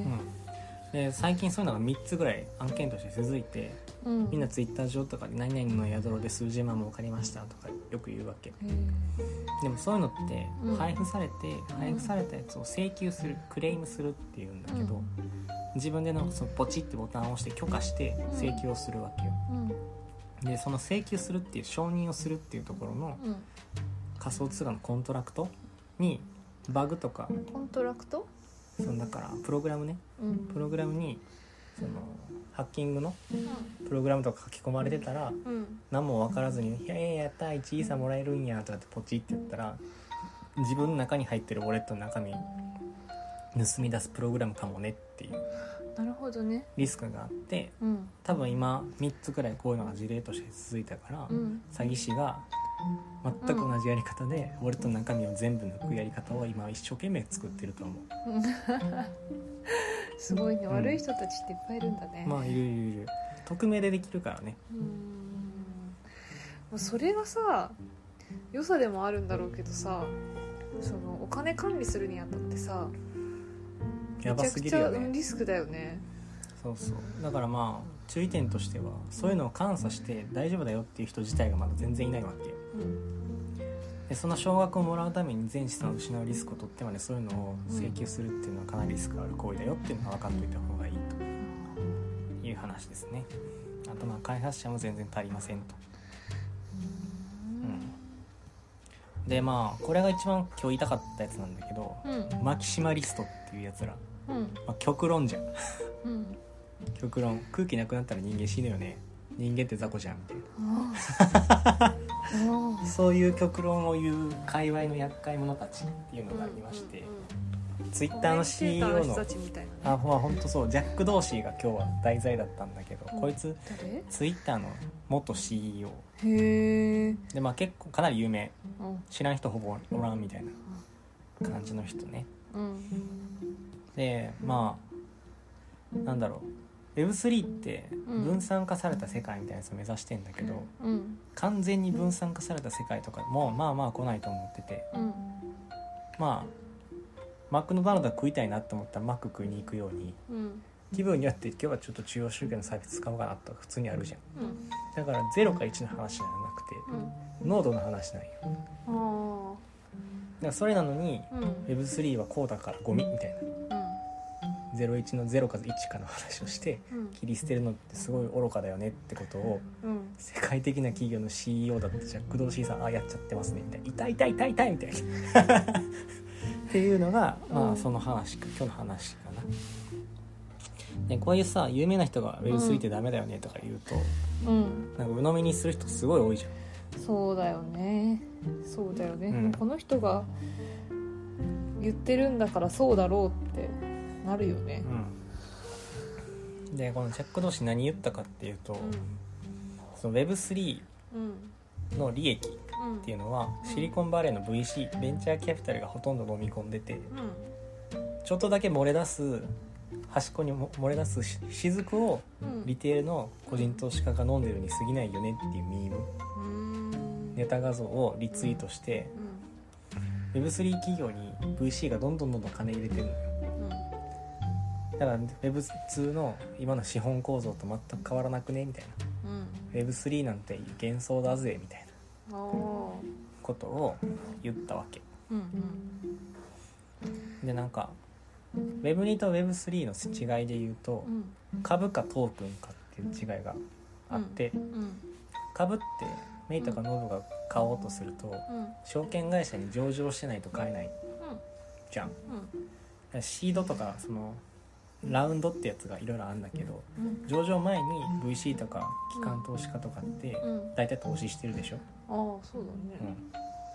[SPEAKER 1] う
[SPEAKER 2] え
[SPEAKER 1] ん、で最近そういうのが3つぐらい案件として続いて
[SPEAKER 2] うん
[SPEAKER 1] みん
[SPEAKER 2] な
[SPEAKER 1] なツイッター上とかで「何々の宿ろで数十万儲かりました」とかよく言うわけ
[SPEAKER 2] へえ
[SPEAKER 1] でもそういうのって
[SPEAKER 2] うん
[SPEAKER 1] 配布されて、配布されたやつを請求するクレームするっていうんだけど、
[SPEAKER 2] う
[SPEAKER 1] 自分でのそのポチってボタンを押して許可して請求をするわけよ
[SPEAKER 2] うん
[SPEAKER 1] でその請求するっていう承認をするっていうところの
[SPEAKER 2] うん
[SPEAKER 1] 仮想通貨のコントラクトにバグとか
[SPEAKER 2] コントラクト
[SPEAKER 1] そのだからプログラムね
[SPEAKER 2] うん
[SPEAKER 1] プログラムにそのハッキングの
[SPEAKER 2] う
[SPEAKER 1] プログラムとか書き込まれてたら
[SPEAKER 2] んうん
[SPEAKER 1] 何も分からずに「いやいややったー1イーサもらえるんや」とかってポチってやったら自分の中に入ってるウォレットの中身盗み出すプログラムかもねっていう
[SPEAKER 2] なるほどね
[SPEAKER 1] リスクがあって
[SPEAKER 2] うん
[SPEAKER 1] 多分今3つくらいこういうのが事例として続いたから
[SPEAKER 2] うん
[SPEAKER 1] 詐欺師が全く同じやり方でウォレットの中身を全部抜くやり方を今一生懸命作ってると思う
[SPEAKER 2] うんすごいね、
[SPEAKER 1] うん
[SPEAKER 2] 悪い人たちっていっぱいいるんだね、
[SPEAKER 1] まあいるいるいる匿名でできるからね
[SPEAKER 2] うーんもうそれがさ良さでもあるんだろうけどさそのお金管理するにあたってさ
[SPEAKER 1] やば
[SPEAKER 2] めちゃ
[SPEAKER 1] す
[SPEAKER 2] く
[SPEAKER 1] ぎ
[SPEAKER 2] ち
[SPEAKER 1] る
[SPEAKER 2] ゃ
[SPEAKER 1] よ
[SPEAKER 2] うん
[SPEAKER 1] ね
[SPEAKER 2] リスクだよね
[SPEAKER 1] そうそうだからまあ注意点としてはそういうのを監査して大丈夫だよっていう人自体がまだ全然いないわけよ
[SPEAKER 2] うん
[SPEAKER 1] でその奨学をもらうために全資産を失うリスクを取ってまでそういうのを請求するっていうのはかなりリスクがある行為だよっていうのは分かっておいた方がいいという話ですねあとまあ開発者も全然足りませんとうんでまあこれが一番今日言いたかったやつなんだけど
[SPEAKER 2] うんうん
[SPEAKER 1] マキシマリストっていうやつら、
[SPEAKER 2] うん
[SPEAKER 1] まあ、極論じゃん
[SPEAKER 2] うん
[SPEAKER 1] 極論空気なくなったら人間死ぬよね人間って雑魚じゃんみたい
[SPEAKER 2] あ ー
[SPEAKER 1] なそういう極論を言う界隈の厄介者たちっていうのがありまして、ツイッターの CEO
[SPEAKER 2] コメンテーター
[SPEAKER 1] の
[SPEAKER 2] の人たちみたいなね
[SPEAKER 1] あまあ本当そうジャック・ドーシーが今日は題材だったんだけど、
[SPEAKER 2] うん
[SPEAKER 1] こいつ
[SPEAKER 2] 誰
[SPEAKER 1] ツイッターの元 CEO
[SPEAKER 2] へえ、
[SPEAKER 1] でまあ結構かなり有名
[SPEAKER 2] うん
[SPEAKER 1] 知らん人ほぼおらんみたいな感じの人ね
[SPEAKER 2] うん
[SPEAKER 1] でまあなんだろう Web3 って
[SPEAKER 2] うん
[SPEAKER 1] 分散化された世界みたいなやつを目指してんだけど、
[SPEAKER 2] うん
[SPEAKER 1] 完全に分散化された世界とかもまあまあ来ないと思ってて
[SPEAKER 2] うん
[SPEAKER 1] まあマクドナルド食いたいなと思ったらマック食いに行くように
[SPEAKER 2] うん
[SPEAKER 1] 気分によって今日はちょっと中央集権のサービス使おうかなとか普通にあるじゃん
[SPEAKER 2] うん
[SPEAKER 1] だから0か1の話じゃなくて
[SPEAKER 2] うん
[SPEAKER 1] 濃度の話なんよだか
[SPEAKER 2] あー
[SPEAKER 1] らそれなのに
[SPEAKER 2] うん
[SPEAKER 1] Web3 はこうだからゴミみたいな01の0か1かの話をして
[SPEAKER 2] うん
[SPEAKER 1] 切り捨てるのってすごい愚かだよねってことを
[SPEAKER 2] うん
[SPEAKER 1] 世界的な企業の CEO だってジャック・ドーシーさんああやっちゃってますねみたいな痛い痛い痛い痛いみたいな っていうのが、ま
[SPEAKER 2] う
[SPEAKER 1] あ、
[SPEAKER 2] ん
[SPEAKER 1] その話か今日の話かな。ね、こういうさ有名な人が Web3 ってダメだよねとか言うと、
[SPEAKER 2] うん
[SPEAKER 1] なんか鵜呑みにする人すごい多いじゃん。
[SPEAKER 2] そうだよねそうだよね、
[SPEAKER 1] うん
[SPEAKER 2] この人が言ってるんだからそうだろうってなるよね、
[SPEAKER 1] うん、でこのジャック同士何言ったかっていうと、その Web3
[SPEAKER 2] うんうん
[SPEAKER 1] の利益っ
[SPEAKER 2] うん
[SPEAKER 1] ていうのはシリコンバレーの VC ベンチャーキャピタルがほとんど飲み込んでてちょっとだけ漏れ出す端っこにも漏れ出すし雫を
[SPEAKER 2] うんうん
[SPEAKER 1] リテールの個人投資家が飲んでるに過ぎないよねっていうミーム
[SPEAKER 2] うーん
[SPEAKER 1] ネタ画像をリツイートして
[SPEAKER 2] うん
[SPEAKER 1] Web3 企業に VC がどんどんどんどん金入れてるのよ
[SPEAKER 2] うん
[SPEAKER 1] だから Web2 の今の資本構造と全く変わらなくねみたいな
[SPEAKER 2] うん
[SPEAKER 1] Web3 なんて幻想だぜみたいな
[SPEAKER 2] あー
[SPEAKER 1] ことを言ったわけ
[SPEAKER 2] うんうん
[SPEAKER 1] でなんか Web2 と Web3 の違いで言うと
[SPEAKER 2] うん
[SPEAKER 1] 株かトークンかっていう違いがあって
[SPEAKER 2] うん
[SPEAKER 1] 株ってメイとかノブが買おうとすると
[SPEAKER 2] うん
[SPEAKER 1] 証券会社に上場してないと買えないじゃんだからシードとかそのラウンドってやつがいろいろあるんだけど
[SPEAKER 2] うんうん
[SPEAKER 1] 上場前に VC とか機関投資家とかって
[SPEAKER 2] うん
[SPEAKER 1] 大体投資してるでしょ、
[SPEAKER 2] ああそうだ
[SPEAKER 1] う
[SPEAKER 2] ね
[SPEAKER 1] ん、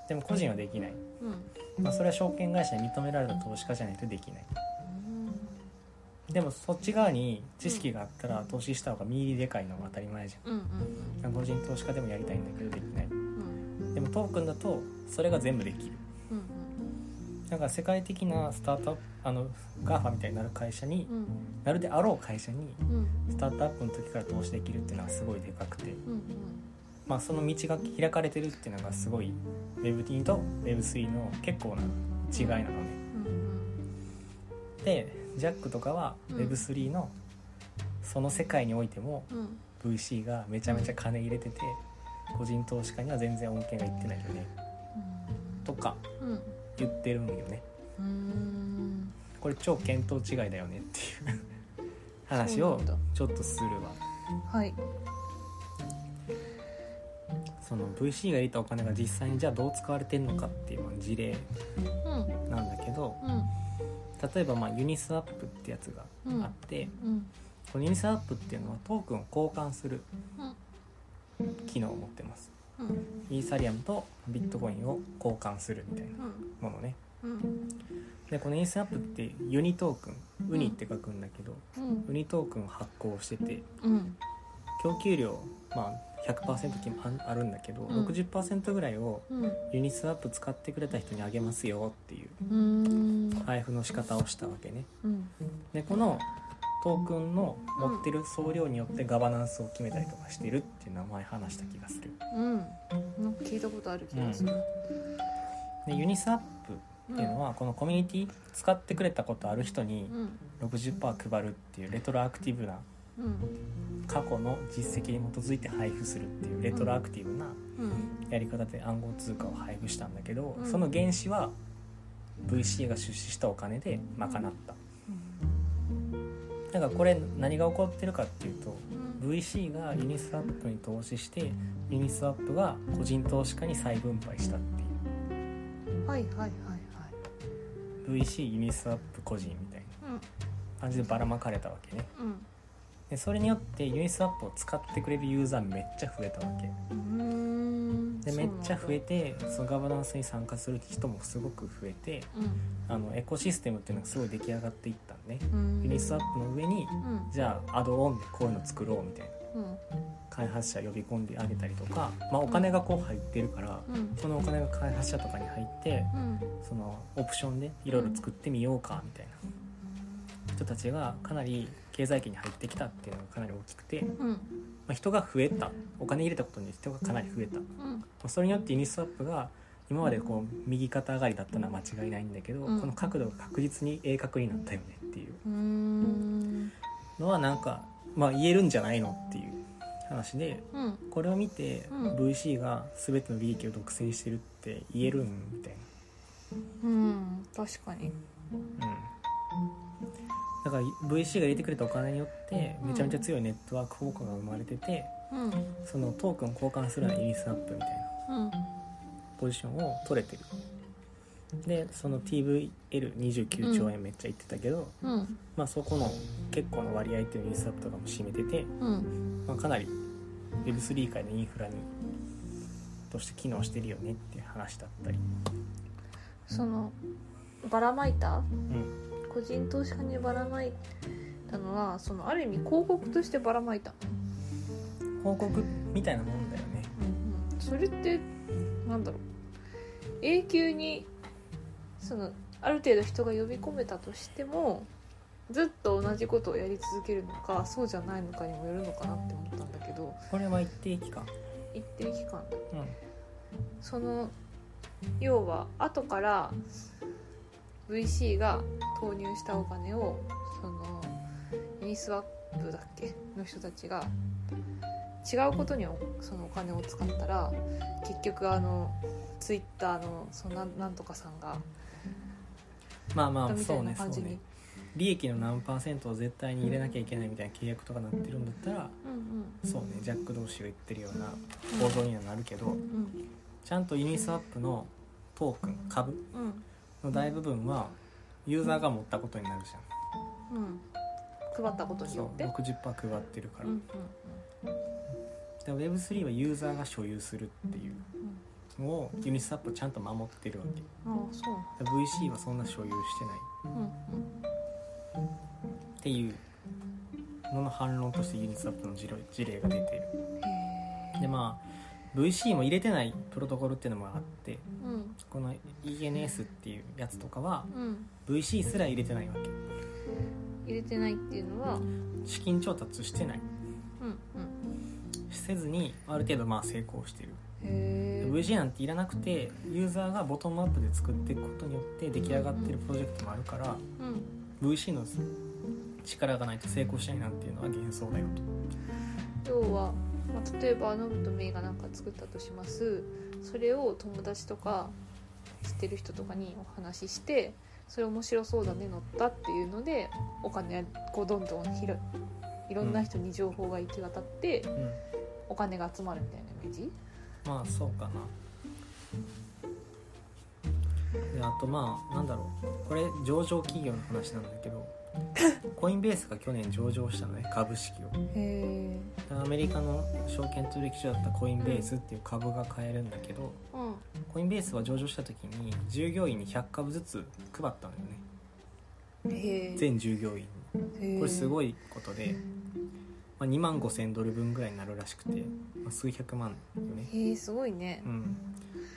[SPEAKER 1] でも個人はできない
[SPEAKER 2] うん
[SPEAKER 1] まあ、それは証券会社に認められた投資家じゃないとできないでもそっち側に知識があったら投資した方が身入りでかいのが当たり前じ
[SPEAKER 2] うんうん
[SPEAKER 1] ゃん個人投資家でもやりたいんだけどできない
[SPEAKER 2] うん
[SPEAKER 1] でもトークンだとそれが全部できる
[SPEAKER 2] うんうん
[SPEAKER 1] なんか世界的なスタートアップあの GAFA みたいになる会社に
[SPEAKER 2] うん
[SPEAKER 1] なるであろう会社に
[SPEAKER 2] うん
[SPEAKER 1] スタートアップの時から投資できるっていうのはすごいでかくて、
[SPEAKER 2] うん
[SPEAKER 1] まあ、その道が開かれてるっていうのがすごい Web2 と Web3 の結構な違いなのね。
[SPEAKER 2] うんうん
[SPEAKER 1] でジャックとかは
[SPEAKER 2] うん
[SPEAKER 1] Web3 のその世界においても
[SPEAKER 2] うん
[SPEAKER 1] VC がめちゃめちゃ金入れてて個人投資家には全然恩恵がいってないよねとか
[SPEAKER 2] うんうん
[SPEAKER 1] 言ってるんよね
[SPEAKER 2] うーん
[SPEAKER 1] これ超見当違いだよねっていう話を
[SPEAKER 2] そうなんだ
[SPEAKER 1] ちょっとするわ
[SPEAKER 2] はい
[SPEAKER 1] その VC が入れたお金が実際にじゃあどう使われてんのかっていうまあ事例
[SPEAKER 2] うん
[SPEAKER 1] なんだけど
[SPEAKER 2] うん
[SPEAKER 1] 例えばまあユニスワップってやつがあって、
[SPEAKER 2] うん
[SPEAKER 1] このユニスワップっていうのはトークンを交換する
[SPEAKER 2] うん
[SPEAKER 1] 機能を持ってます
[SPEAKER 2] うん
[SPEAKER 1] イーサリアムとビットコインを交換するみたいな
[SPEAKER 2] うん
[SPEAKER 1] ものね
[SPEAKER 2] うん
[SPEAKER 1] でこのイーサアップってユニトークンウニって書くんだけど、
[SPEAKER 2] うん
[SPEAKER 1] ウニトークンを発行してて
[SPEAKER 2] うん
[SPEAKER 1] 供給量まあ100%きもああるんだけど、
[SPEAKER 2] うん
[SPEAKER 1] 60%ぐらいを
[SPEAKER 2] うんう
[SPEAKER 1] ユニスワップ使ってくれた人にあげますよっていう
[SPEAKER 2] ーん
[SPEAKER 1] 配布の仕方をしたわけね
[SPEAKER 2] うん
[SPEAKER 1] でこのトークンの持ってる総量によってガバナンスを決めたりとかしてるっていう名前話した気がする
[SPEAKER 2] うんなんか聞いたことある気がする
[SPEAKER 1] でユニスワップ
[SPEAKER 2] うん
[SPEAKER 1] っていうのはこのコミュニティ使ってくれたことある人に
[SPEAKER 2] うん
[SPEAKER 1] 60%配るっていうレトロアクティブな
[SPEAKER 2] うん
[SPEAKER 1] 過去の実績に基づいて配布するっていうレトロアクティブな
[SPEAKER 2] うん
[SPEAKER 1] やり方で暗号通貨を配布したんだけど、
[SPEAKER 2] うん
[SPEAKER 1] その原資は VC が出資したお金で賄っただからこれ何が起こってるかっていうと
[SPEAKER 2] うん
[SPEAKER 1] VC がユニスワップに投資してユニスワップが個人投資家に再分配したってい
[SPEAKER 2] はいはいはいはいう
[SPEAKER 1] VC ユニスワップ個人みたいな
[SPEAKER 2] うん
[SPEAKER 1] 感じでばらまかれたわけね
[SPEAKER 2] うん
[SPEAKER 1] でそれによってユニスワップを使ってくれるユーザーめっちゃ増えたわけ
[SPEAKER 2] うーん
[SPEAKER 1] で
[SPEAKER 2] そう
[SPEAKER 1] め
[SPEAKER 2] な
[SPEAKER 1] っ
[SPEAKER 2] んだ
[SPEAKER 1] ちゃ増えてそのガバナンスに参加する人もすごく増えてあのエコシステムっていうのがすごい出来上がっていったんね
[SPEAKER 2] うん
[SPEAKER 1] ユニスワップの上に
[SPEAKER 2] うん
[SPEAKER 1] じゃあアドオンでこういうの作ろうみたいな
[SPEAKER 2] うん
[SPEAKER 1] 開発者呼び込んであげたりとか、まあ、お金がこう入ってるから
[SPEAKER 2] うん
[SPEAKER 1] そのお金が開発者とかに入って
[SPEAKER 2] うん
[SPEAKER 1] そのオプションでいろいろ作ってみようかみたいな人たちがかなり経済圏に入ってきたっていうのがかなり大きくて、ま
[SPEAKER 2] うん
[SPEAKER 1] あ、人が増えたお金入れたことによって人がかなり増えた
[SPEAKER 2] うん
[SPEAKER 1] まあそれによってユニスワップが今までこう右肩上がりだったのは間違いないんだけど、
[SPEAKER 2] うん
[SPEAKER 1] この角度が確実に鋭角になったよねっていう
[SPEAKER 2] うーん
[SPEAKER 1] のはなんか、まあ、言えるんじゃないのっていう話で
[SPEAKER 2] うん
[SPEAKER 1] これを見て
[SPEAKER 2] うん
[SPEAKER 1] VC が全ての利益を独占してるって言えるんみたい
[SPEAKER 2] うん確かに
[SPEAKER 1] な。うんだから VC が入れてくれたお金によってめちゃめちゃ強いネットワーク効果が生まれてて
[SPEAKER 2] うん
[SPEAKER 1] そのトークン交換するのはユニスワップみたいな
[SPEAKER 2] うん
[SPEAKER 1] ポジションを取れてるでその TVL29 兆円めっちゃ言ってたけど、
[SPEAKER 2] うん
[SPEAKER 1] まあそこの結構な割合っていうのをインスタップとかも占めてて、
[SPEAKER 2] うん
[SPEAKER 1] まあ、かなり Web3 界のインフラにとして機能してるよねっていう話だったり、
[SPEAKER 2] そのばらまい
[SPEAKER 1] う
[SPEAKER 2] た
[SPEAKER 1] ん、
[SPEAKER 2] 個人投資家にばらまいたのはそのある意味広告としてばらまいた、
[SPEAKER 1] 広告みたいなもんだよね
[SPEAKER 2] それってなんだろう永久にそのある程度人が呼び込めたとしてもずっと同じことをやり続けるのかそうじゃないのかにもよるのかなって思ったんだけど
[SPEAKER 1] これは一定期間、
[SPEAKER 2] 一定期間
[SPEAKER 1] うん
[SPEAKER 2] その要は後から VC が投入したお金をそのユニスワップだっけの人たちが違うことにおそのお金を使ったら結局あのツイッターのそのなんなんとかさんが
[SPEAKER 1] まあまあ
[SPEAKER 2] みた
[SPEAKER 1] そ
[SPEAKER 2] いうな
[SPEAKER 1] ねそ
[SPEAKER 2] 感
[SPEAKER 1] う
[SPEAKER 2] じ
[SPEAKER 1] ね
[SPEAKER 2] に
[SPEAKER 1] 利益の何パーセントを絶対に入れなきゃいけないみたいな契約とかなってるんだったら
[SPEAKER 2] うんうん
[SPEAKER 1] そうねジャック同士が言ってるような構造にはなるけど
[SPEAKER 2] うん
[SPEAKER 1] ちゃんとユニスワップのトークン株
[SPEAKER 2] うん
[SPEAKER 1] の大部分はユーザーが持ったことになるじゃん
[SPEAKER 2] うん配ったことに
[SPEAKER 1] そう
[SPEAKER 2] よって
[SPEAKER 1] 60%配ってるから、
[SPEAKER 2] うん
[SPEAKER 1] で Web3 はユーザーが所有するっていう
[SPEAKER 2] うんうん
[SPEAKER 1] のをユニスワップはちゃんと守ってるわけ
[SPEAKER 2] ああそうなんだ
[SPEAKER 1] だから VC はそんな所有してない
[SPEAKER 2] うん
[SPEAKER 1] っていうのの反論としてユニスワップの事例事例が出ている
[SPEAKER 2] うんへえ
[SPEAKER 1] でまあ VC も入れてないプロトコルっていうのもあって
[SPEAKER 2] うん
[SPEAKER 1] この ENS っていうやつとかは
[SPEAKER 2] うん、
[SPEAKER 1] VC すら入れてないわけ
[SPEAKER 2] 入れてないっていうのは、うん
[SPEAKER 1] 資金調達してない
[SPEAKER 2] うん、
[SPEAKER 1] せずにある程度まあ成功してる
[SPEAKER 2] へえ、
[SPEAKER 1] VC なんていらなくてユーザーがボトムアップで作っていくことによって出来上がってるプロジェクトもあるから
[SPEAKER 2] うん、
[SPEAKER 1] VC の力がないと成功しないなんていうのは幻想だよと
[SPEAKER 2] 要は、まあ、例えばノブとメイが何か作ったとしますそれを友達とか知ってる人とかにお話ししてそれ面白そうだね乗ったっていうのでお金こうどんどん広いいろんな人に情報が行き渡って、
[SPEAKER 1] うん
[SPEAKER 2] お金が集まるみたいなイメージ
[SPEAKER 1] まあそうかなであとまあなんだろうこれ上場企業の話なんだけどコインベースが去年上場したのね株式を
[SPEAKER 2] へえ
[SPEAKER 1] アメリカの証券取引所だったコインベースっていう株が買えるんだけど
[SPEAKER 2] うん
[SPEAKER 1] コインベースは上場した時に従業員に100株ずつ配ったのよね
[SPEAKER 2] へえ
[SPEAKER 1] 全従業員にこれす
[SPEAKER 2] い
[SPEAKER 1] ごいことで、まあ、2万5,000ドル分ぐらいになるらしくて、まあ、数百万よね
[SPEAKER 2] へえすごいね
[SPEAKER 1] うん、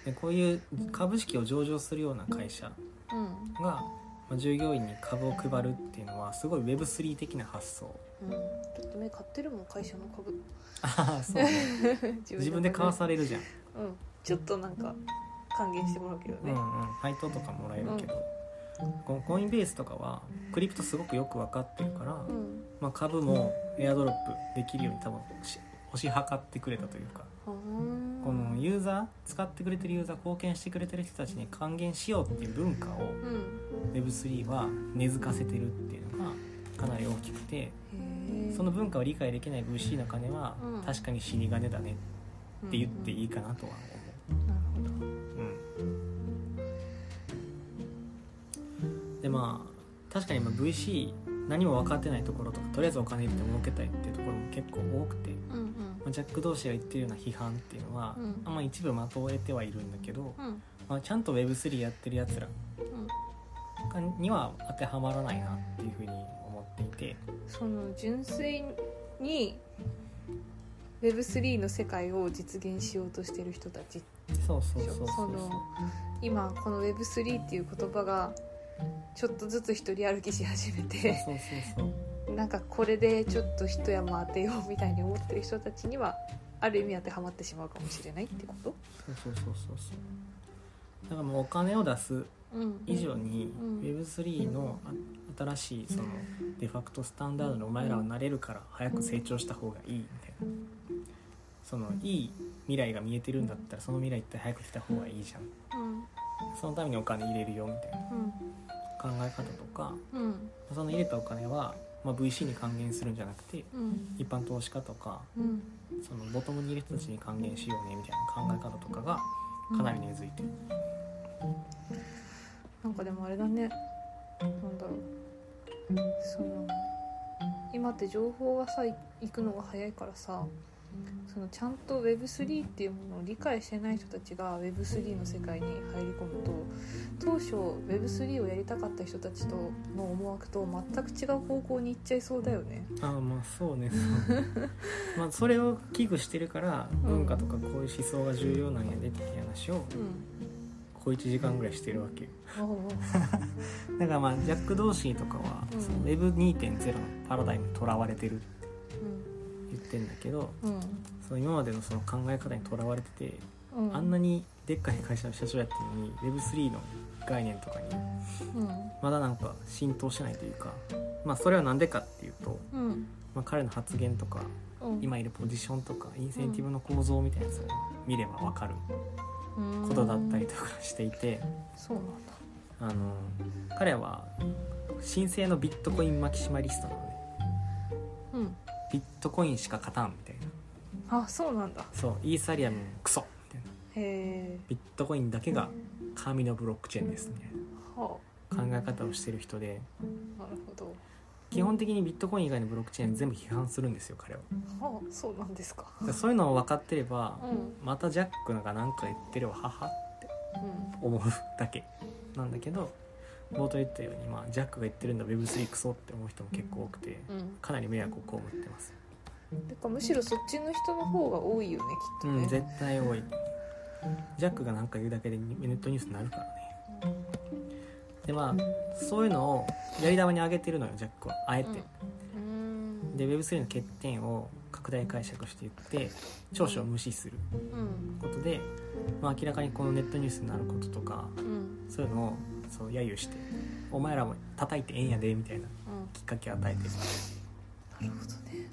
[SPEAKER 1] でこういう株式を上場するような会社
[SPEAKER 2] うん
[SPEAKER 1] が、まあ、従業員に株を配るっていうのはすごい Web3 的な発想
[SPEAKER 2] うん、ちょっと目買ってるもん会社の株
[SPEAKER 1] ああそうね 自分で買わ
[SPEAKER 2] れ
[SPEAKER 1] されるじゃん、
[SPEAKER 2] うんちょっとなんか還元してもらうけど
[SPEAKER 1] うん
[SPEAKER 2] ね、
[SPEAKER 1] うん、配当とかもらえるけど、このコインベースとかはクリプトすごくよく分かってるから、
[SPEAKER 2] うん
[SPEAKER 1] まあ、株もエアドロップできるように多分し推し量ってくれたというか
[SPEAKER 2] はー
[SPEAKER 1] このユーザー使ってくれてるユーザー貢献してくれてる人たちに還元しようっていう文化を
[SPEAKER 2] うん
[SPEAKER 1] Web3 は根付かせてるっていうのがかなり大きくて
[SPEAKER 2] へえ
[SPEAKER 1] その文化を理解できない VC の金は
[SPEAKER 2] うん
[SPEAKER 1] 確かに尻金だねって言ってい
[SPEAKER 2] い、
[SPEAKER 1] いかなとは
[SPEAKER 2] うんなるほ
[SPEAKER 1] 思
[SPEAKER 2] ど
[SPEAKER 1] う、うん、でまあ確かにまあ VC 何も分かってないところとかとりあえずお金入れて儲けたいっていうところも結構多くて、ま
[SPEAKER 2] うん
[SPEAKER 1] あジャック同士が言ってるような批判っていうのは、
[SPEAKER 2] うん
[SPEAKER 1] あんま一部まとえてはいるんだけど、
[SPEAKER 2] うんうん
[SPEAKER 1] まあ、ちゃんと Web3 やってるやつら
[SPEAKER 2] うん
[SPEAKER 1] には当てはまらないなっていうふうに思っていて
[SPEAKER 2] その純粋に Web3 の世界を実現しようとしてる人たち
[SPEAKER 1] そうそうそうそ
[SPEAKER 2] そうの今この Web3 っていう言葉がちょっとずつ一人歩きし始め
[SPEAKER 1] そう
[SPEAKER 2] て
[SPEAKER 1] そうそう
[SPEAKER 2] なんかこれでちょっと一山当てようみたいに思ってる人たちにはある意味当てはまってしまうかもしれないってこと
[SPEAKER 1] そうそうそうそうそうそうだからもうお金を出す
[SPEAKER 2] うん
[SPEAKER 1] 以上に
[SPEAKER 2] うん
[SPEAKER 1] Web3 のあ新しいそのデファクトスタンダードのお前らはなれるから早く成長した方がいいみたいなそのいい未来が見えてるんだったらその未来って早く来た方がいいじゃん
[SPEAKER 2] うん
[SPEAKER 1] そのためにお金入れるよみたいな考え方とか
[SPEAKER 2] うんうん
[SPEAKER 1] その入れたお金は、まあ、VC に還元するんじゃなくて
[SPEAKER 2] うん
[SPEAKER 1] 一般投資家とか
[SPEAKER 2] うん
[SPEAKER 1] そのボトムにいる人たちに還元しようねみたいな考え方とかがかなり根付いてる、
[SPEAKER 2] なんかでもあれだねなんだろうその今って情報がさい行くのが早いからさそのちゃんと Web3 っていうものを理解してない人たちが Web3 の世界に入り込むと当初 Web3 をやりたかった人たちとの思惑と全く違う方向に行っちゃいそうだよね。
[SPEAKER 1] ああまあそうねそう まあそれを危惧してるから文化とかこういう思想が重要なんやでっていう話を
[SPEAKER 2] うん
[SPEAKER 1] 小1時間ぐらいしてるわけよ
[SPEAKER 2] おうおう
[SPEAKER 1] だからまあジャック・ドーシーとかは
[SPEAKER 2] うん
[SPEAKER 1] その Web2.0 のパラダイムにとらわれてるって
[SPEAKER 2] うん
[SPEAKER 1] 言ってんだけど
[SPEAKER 2] うん
[SPEAKER 1] その今までのその考え方にとらわれてて
[SPEAKER 2] うん
[SPEAKER 1] あんなにでっかい会社の社長やってるのに Web3 の概念とかに
[SPEAKER 2] うん
[SPEAKER 1] まだなんか浸透してないというか、まあ、それは何でかっていうと、
[SPEAKER 2] うん
[SPEAKER 1] まあ、彼の発言とか
[SPEAKER 2] うん
[SPEAKER 1] 今いるポジションとかインセンティブの構造みたいなやつを見れば分かる
[SPEAKER 2] うん
[SPEAKER 1] ことだったりとかしていて、
[SPEAKER 2] そうなんだ
[SPEAKER 1] あの彼は新生のビットコインマキシマリストなのね
[SPEAKER 2] うん
[SPEAKER 1] ビットコインしか勝たんみたいな
[SPEAKER 2] あそうなんだ
[SPEAKER 1] そうイーサリアムクソみたいな
[SPEAKER 2] へえ
[SPEAKER 1] ビットコインだけが神のブロックチェーンですみたい
[SPEAKER 2] は
[SPEAKER 1] な考え方をしてる人で
[SPEAKER 2] あなるほど
[SPEAKER 1] 基本的にビットコイン以外のブロックチェーン全部批判するんですよ彼は。
[SPEAKER 2] はあそうなんですか
[SPEAKER 1] でそういうのを分かってれば
[SPEAKER 2] うんうん
[SPEAKER 1] またジャックが何か言ってるわ母って思うだけなんだけど冒頭言ったように、まあ、ジャックが言ってるんだ Web3 クソって思う人も結構多くて
[SPEAKER 2] うん
[SPEAKER 1] かなり迷惑を被ってます、
[SPEAKER 2] てかむしろそっちの人の方が多いよねきっ
[SPEAKER 1] う
[SPEAKER 2] とね、
[SPEAKER 1] ん、絶対多いジャックが何か言うだけでネットニュースになるからねでまあそういうのをやり玉に上げてるのよジャックはあえて、
[SPEAKER 2] うん
[SPEAKER 1] で Web3 の欠点を拡大解釈していって長所を無視する
[SPEAKER 2] うん
[SPEAKER 1] ことで、まあ、明らかにこのネットニュースになることとか
[SPEAKER 2] うんうん
[SPEAKER 1] そういうのをそう揶揄して「お前らも叩いてええんやで」みたいなきっかけを与えてる
[SPEAKER 2] なるほどね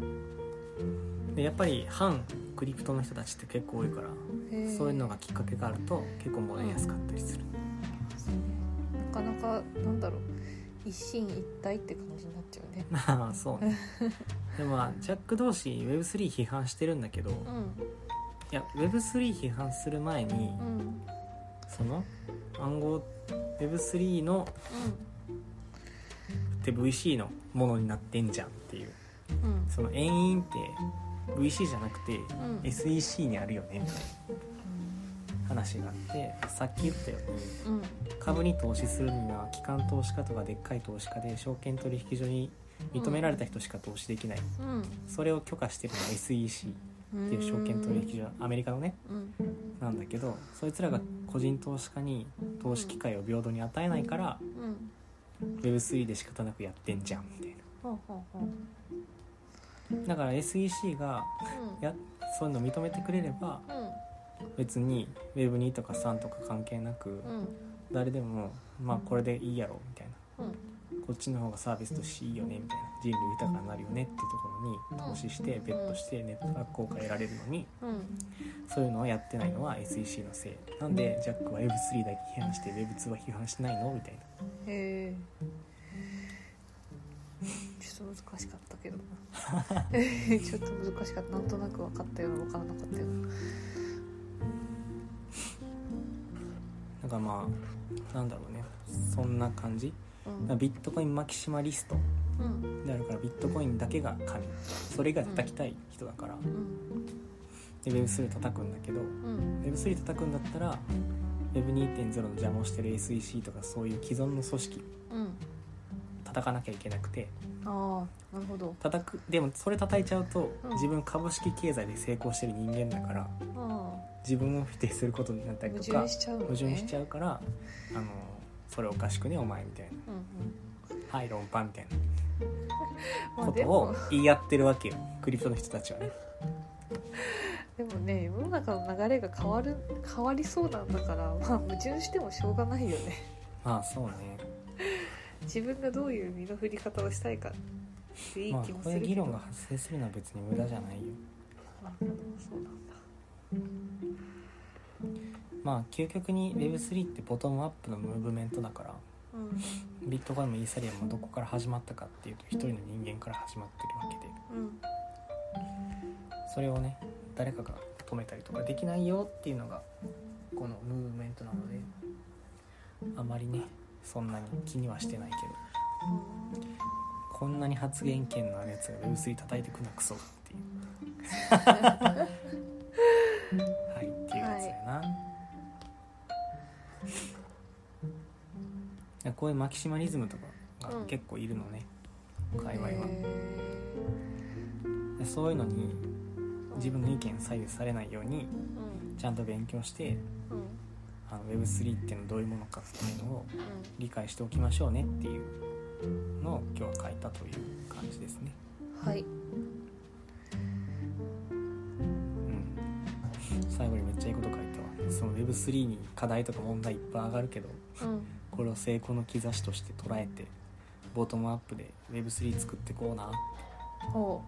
[SPEAKER 1] うんでやっぱり反クリプトの人たちって結構多いから、
[SPEAKER 2] へー
[SPEAKER 1] そういうのがきっかけがあると結構燃えやすかったりする、
[SPEAKER 2] なかなかなんだろう一心一体って感じになっちゃうね
[SPEAKER 1] まあそうねでもまあジャック同士 Web3 批判してるんだけど、
[SPEAKER 2] う
[SPEAKER 1] いや Web3 批判する前に、
[SPEAKER 2] んうん
[SPEAKER 1] その暗号 Web3 のって VC のものになってんじゃんっていう
[SPEAKER 2] うんうん
[SPEAKER 1] その遠因って VC じゃなくて
[SPEAKER 2] うん
[SPEAKER 1] SEC にあるよねみたいな話があってさっき言ったように
[SPEAKER 2] うん
[SPEAKER 1] 株に投資するには機関投資家とかでっかい投資家で証券取引所に認められた人しか投資できない、
[SPEAKER 2] うん
[SPEAKER 1] それを許可してるのが SEC っていう証券取引所アメリカのね
[SPEAKER 2] うん
[SPEAKER 1] なんだけどそいつらが個人投資家に投資機会を平等に与えないから
[SPEAKER 2] うん
[SPEAKER 1] Web3 で仕方なくやってんじゃんみたい
[SPEAKER 2] ほうほうほう
[SPEAKER 1] なだから SEC が
[SPEAKER 2] うん
[SPEAKER 1] やそういうの認めてくれれば別に Web2 とか3とか関係なく
[SPEAKER 2] うんうん
[SPEAKER 1] 誰でもまあこれでいいやろみたいな
[SPEAKER 2] うん
[SPEAKER 1] こっちの方がサービスとしていいよねみたいな人類豊かになるよねっていうところに投資してベットしてネットワーク効果得られるのに
[SPEAKER 2] うん
[SPEAKER 1] そういうのをやってないのは SEC のせいなんでジャックは Web3 だけ批判して Web2 は批判しないのみたいな
[SPEAKER 2] へえちょっと難しかったけどな ちょっと難しかったなんとなく分かったような分からなかったような
[SPEAKER 1] だからまあなんだろうねそんな感じ
[SPEAKER 2] うん
[SPEAKER 1] ビットコインマキシマリスト
[SPEAKER 2] うん
[SPEAKER 1] であるからビットコインだけが神それが叩きたい人だから
[SPEAKER 2] うん
[SPEAKER 1] で Web3 叩くんだけど
[SPEAKER 2] うん
[SPEAKER 1] Web3 叩くんだったら Web2.0 の邪魔をしてる SEC とかそういう既存の組織
[SPEAKER 2] うん
[SPEAKER 1] 叩かなきゃいけなくて
[SPEAKER 2] ああなるほど
[SPEAKER 1] 叩くでもそれ叩いちゃうと
[SPEAKER 2] うん
[SPEAKER 1] 自分株式経済で成功してる人間だから
[SPEAKER 2] あ
[SPEAKER 1] 自分を否定することになった
[SPEAKER 2] あ
[SPEAKER 1] り
[SPEAKER 2] 矛
[SPEAKER 1] とか
[SPEAKER 2] 盾しちゃうのね
[SPEAKER 1] 矛盾しち
[SPEAKER 2] ゃう
[SPEAKER 1] ゃうからあのそれおかしくねお前みたいな
[SPEAKER 2] うんうん
[SPEAKER 1] はい論破みたいな
[SPEAKER 2] まあ
[SPEAKER 1] こと
[SPEAKER 2] でも
[SPEAKER 1] を言い合ってるわけよクリプトの人たちはね
[SPEAKER 2] でもね世の中の流れが変わる変わりそうなんだからまあ矛盾してもしょうがないよね
[SPEAKER 1] まあそうね
[SPEAKER 2] 自分がどういう身の振り方をしたいかっていい
[SPEAKER 1] まあ
[SPEAKER 2] 気
[SPEAKER 1] こ
[SPEAKER 2] もす
[SPEAKER 1] うい
[SPEAKER 2] る
[SPEAKER 1] う
[SPEAKER 2] け
[SPEAKER 1] 議
[SPEAKER 2] ど、
[SPEAKER 1] 論が発生するのは別に無駄じゃないよ
[SPEAKER 2] なるほどそうなんだ
[SPEAKER 1] まあ究極に Web3 ってボトムアップのムーブメントだから
[SPEAKER 2] う
[SPEAKER 1] ビットコインもイーサリアムもどこから始まったかっていうと一人の人間から始まってるわけで
[SPEAKER 2] んうん
[SPEAKER 1] それをね誰かが止めたりとかできないよっていうのがこのムーブメントなのであまりねそんなに気にはしてないけどこんなに発言権のあるやつが Web3 叩いてくんなクソっていうはいっていうやつだよな、いやこういうマキシマリズムとかが結構いるのね、界隈は、でそういうのに自分の意見左右されないように
[SPEAKER 2] うん
[SPEAKER 1] ちゃんと勉強して
[SPEAKER 2] うんうん
[SPEAKER 1] あの Web3 っていうのはどういうものかっていうのを理解しておきましょうねっていうのを今日は書いたという感じですね。
[SPEAKER 2] はい
[SPEAKER 1] うん、最後にめっちゃいいこと書いたわその Web3 に課題とか問題いっぱい上がるけど
[SPEAKER 2] うん
[SPEAKER 1] これを成功の兆しとして捉えてボトムアップで Web3 作ってこうな
[SPEAKER 2] お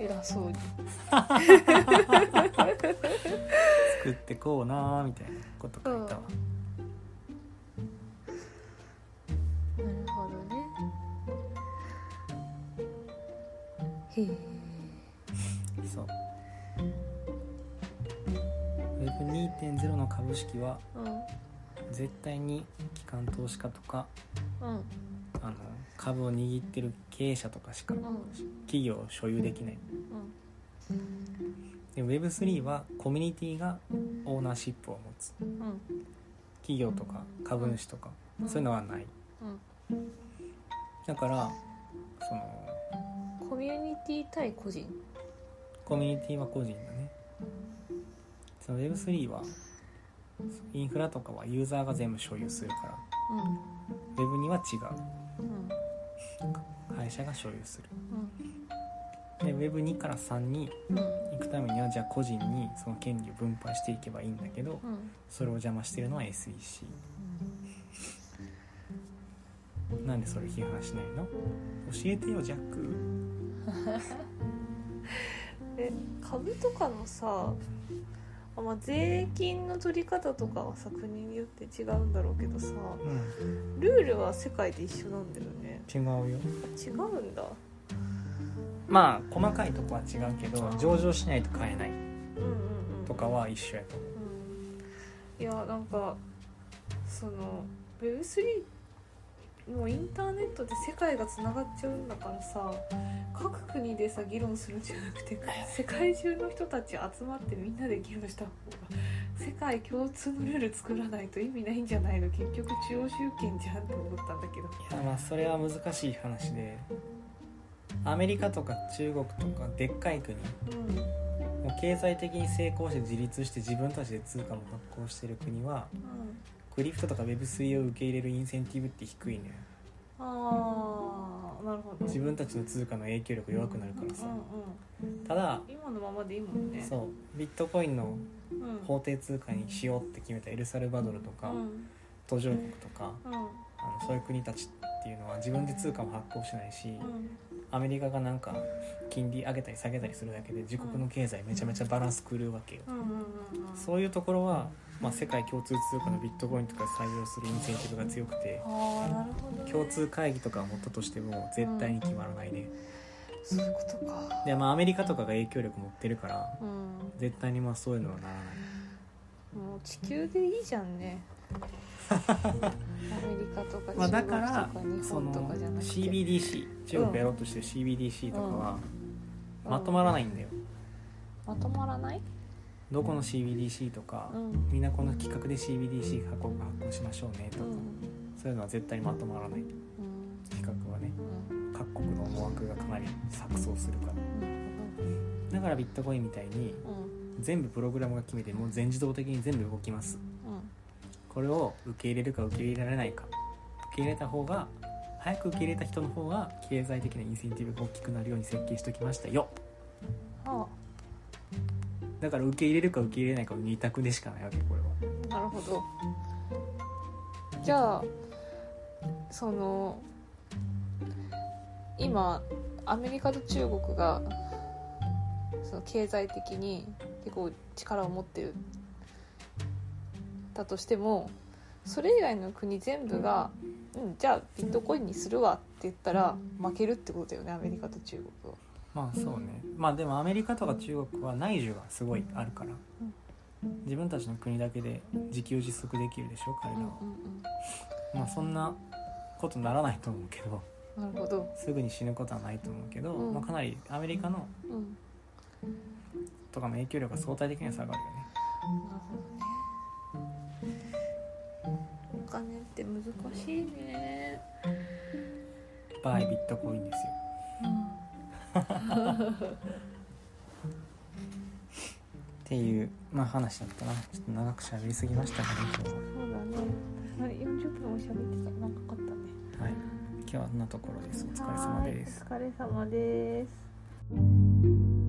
[SPEAKER 2] 偉そうに
[SPEAKER 1] 作ってこうなみたいなこと書いたわ、
[SPEAKER 2] なるほどねへえ
[SPEAKER 1] そう Web2.0 の株式は
[SPEAKER 2] う
[SPEAKER 1] 絶対に機関投資家とか
[SPEAKER 2] んうん
[SPEAKER 1] あの株を握ってる経営者とかしか
[SPEAKER 2] うん
[SPEAKER 1] 企業を所有できないで Web3 はコミュニティがオーナーシップを持つ
[SPEAKER 2] うんうん
[SPEAKER 1] 企業とか株主とか
[SPEAKER 2] うん
[SPEAKER 1] そういうのはない
[SPEAKER 2] うん
[SPEAKER 1] だからその
[SPEAKER 2] コミュニティ対個人
[SPEAKER 1] コミュニティは個人だねその Web3 はインフラとかはユーザーが全部所有するから
[SPEAKER 2] う
[SPEAKER 1] Web2 は違
[SPEAKER 2] んうん
[SPEAKER 1] う会社が所有する
[SPEAKER 2] うん
[SPEAKER 1] で Web2 から3に
[SPEAKER 2] うん
[SPEAKER 1] 行くためにはじゃあ個人にその権利を分配していけばいいんだけど
[SPEAKER 2] うん
[SPEAKER 1] それを邪魔してるのは SEC なんでそれ批判しないの教えてよジャック
[SPEAKER 2] え株とかのさあまあ、税金の取り方とかはさ国によって違うんだろうけどさ
[SPEAKER 1] うん
[SPEAKER 2] ルールは世界で一緒なんだよね
[SPEAKER 1] 違うよ
[SPEAKER 2] 違うんだ
[SPEAKER 1] まあ細かいとこは違うけど上場しないと買えない
[SPEAKER 2] うんうんうん
[SPEAKER 1] とかは一緒やと思う
[SPEAKER 2] うんいやなんかその Web3 もうインターネットで世界がつながっちゃうんだからさ各国でさ議論するんじゃなくて世界中の人たち集まってみんなで議論した方が世界共通のルール作らないと意味ないんじゃないの結局中央集権じゃんって思ったんだけど
[SPEAKER 1] いやまあそれは難しい話でアメリカとか中国とかでっかい国
[SPEAKER 2] うん
[SPEAKER 1] もう経済的に成功して自立して自分たちで通貨も発行してる国は
[SPEAKER 2] うん
[SPEAKER 1] クリプトとか Web3 を受け入れるインセンティブって低いのよ
[SPEAKER 2] ああなるほど
[SPEAKER 1] 自分たちの通貨の影響力弱くなるからさ
[SPEAKER 2] うんうん
[SPEAKER 1] ただ
[SPEAKER 2] 今のままでいいもんね
[SPEAKER 1] そうビットコインの
[SPEAKER 2] うん、うん
[SPEAKER 1] 法定通貨にしようって決めたエルサルバドルとか途上国とか
[SPEAKER 2] うん
[SPEAKER 1] あのそういう国たちっていうのは自分で通貨も発行しないし
[SPEAKER 2] うん
[SPEAKER 1] アメリカがなんか金利上げたり下げたりするだけで自国の経済めちゃめちゃバランス狂うわけよ
[SPEAKER 2] うんうんうんうん
[SPEAKER 1] そういうところは、まあ、世界共通通貨のビットコインとか採用するインセンティブが強くて
[SPEAKER 2] ああなるほど、ね、
[SPEAKER 1] 共通会議とかを持ったとしても絶対に決まらないね
[SPEAKER 2] そういうことか
[SPEAKER 1] でまあアメリカとかが影響力持ってるから
[SPEAKER 2] うん
[SPEAKER 1] 絶対にまあそういうのはならない
[SPEAKER 2] もう地球でいいじゃんねアメリカとか
[SPEAKER 1] まあ、だ
[SPEAKER 2] 中国と
[SPEAKER 1] から
[SPEAKER 2] か日
[SPEAKER 1] そ
[SPEAKER 2] 本と
[SPEAKER 1] の
[SPEAKER 2] かじゃなくて、
[SPEAKER 1] CBDC 中国やろうとしてる CBDC とかはまとまらないんだよ
[SPEAKER 2] まとまらない
[SPEAKER 1] どこの CBDC とか
[SPEAKER 2] うん
[SPEAKER 1] みんなこの企画で CBDC 発行発行しましょうねと
[SPEAKER 2] う
[SPEAKER 1] か
[SPEAKER 2] ん
[SPEAKER 1] そういうのは絶対にまとまらない
[SPEAKER 2] うん
[SPEAKER 1] 企画はね
[SPEAKER 2] うん
[SPEAKER 1] 各国の思惑がかなり錯綜するから
[SPEAKER 2] うん
[SPEAKER 1] だからビットコインみたいに
[SPEAKER 2] うん
[SPEAKER 1] 全部プログラムが決めてもう全自動的に全部動きますこれを受け入れるか受け入れられないか受け入れた方が早く受け入れた人の方が経済的なインセンティブが大きくなるように設計しておきましたよ
[SPEAKER 2] あ
[SPEAKER 1] だから受け入れるか受け入れないかの二択でしかないわけこれは
[SPEAKER 2] あなるほどじゃあその今アメリカと中国がその経済的に結構力を持ってるだとしてもそれ以外の国全部が「うんじゃあビットコインにするわ」って言ったら負けるってことだよねアメリカと中国は。
[SPEAKER 1] まあそうねまあでもアメリカとか中国は内需がすごいあるから自分たちの国だけで自給自足できるでしょ彼らはまあそんなことならないと思うけど
[SPEAKER 2] なるほど、
[SPEAKER 1] すぐに死ぬことはないと思うけど、
[SPEAKER 2] うん
[SPEAKER 1] まあ、かなりアメリカの
[SPEAKER 2] うん、
[SPEAKER 1] とかの影響力が相対的には下がるよね
[SPEAKER 2] なるほどねお金って難しいね
[SPEAKER 1] バイビットコインですよっていう、まあ、話だったなちょっと長く喋りすぎましたかね今日
[SPEAKER 2] そうだね40分も喋ってたなんかかったね
[SPEAKER 1] は、はい、今日はあんなところですお疲れ様です
[SPEAKER 2] お疲れ様です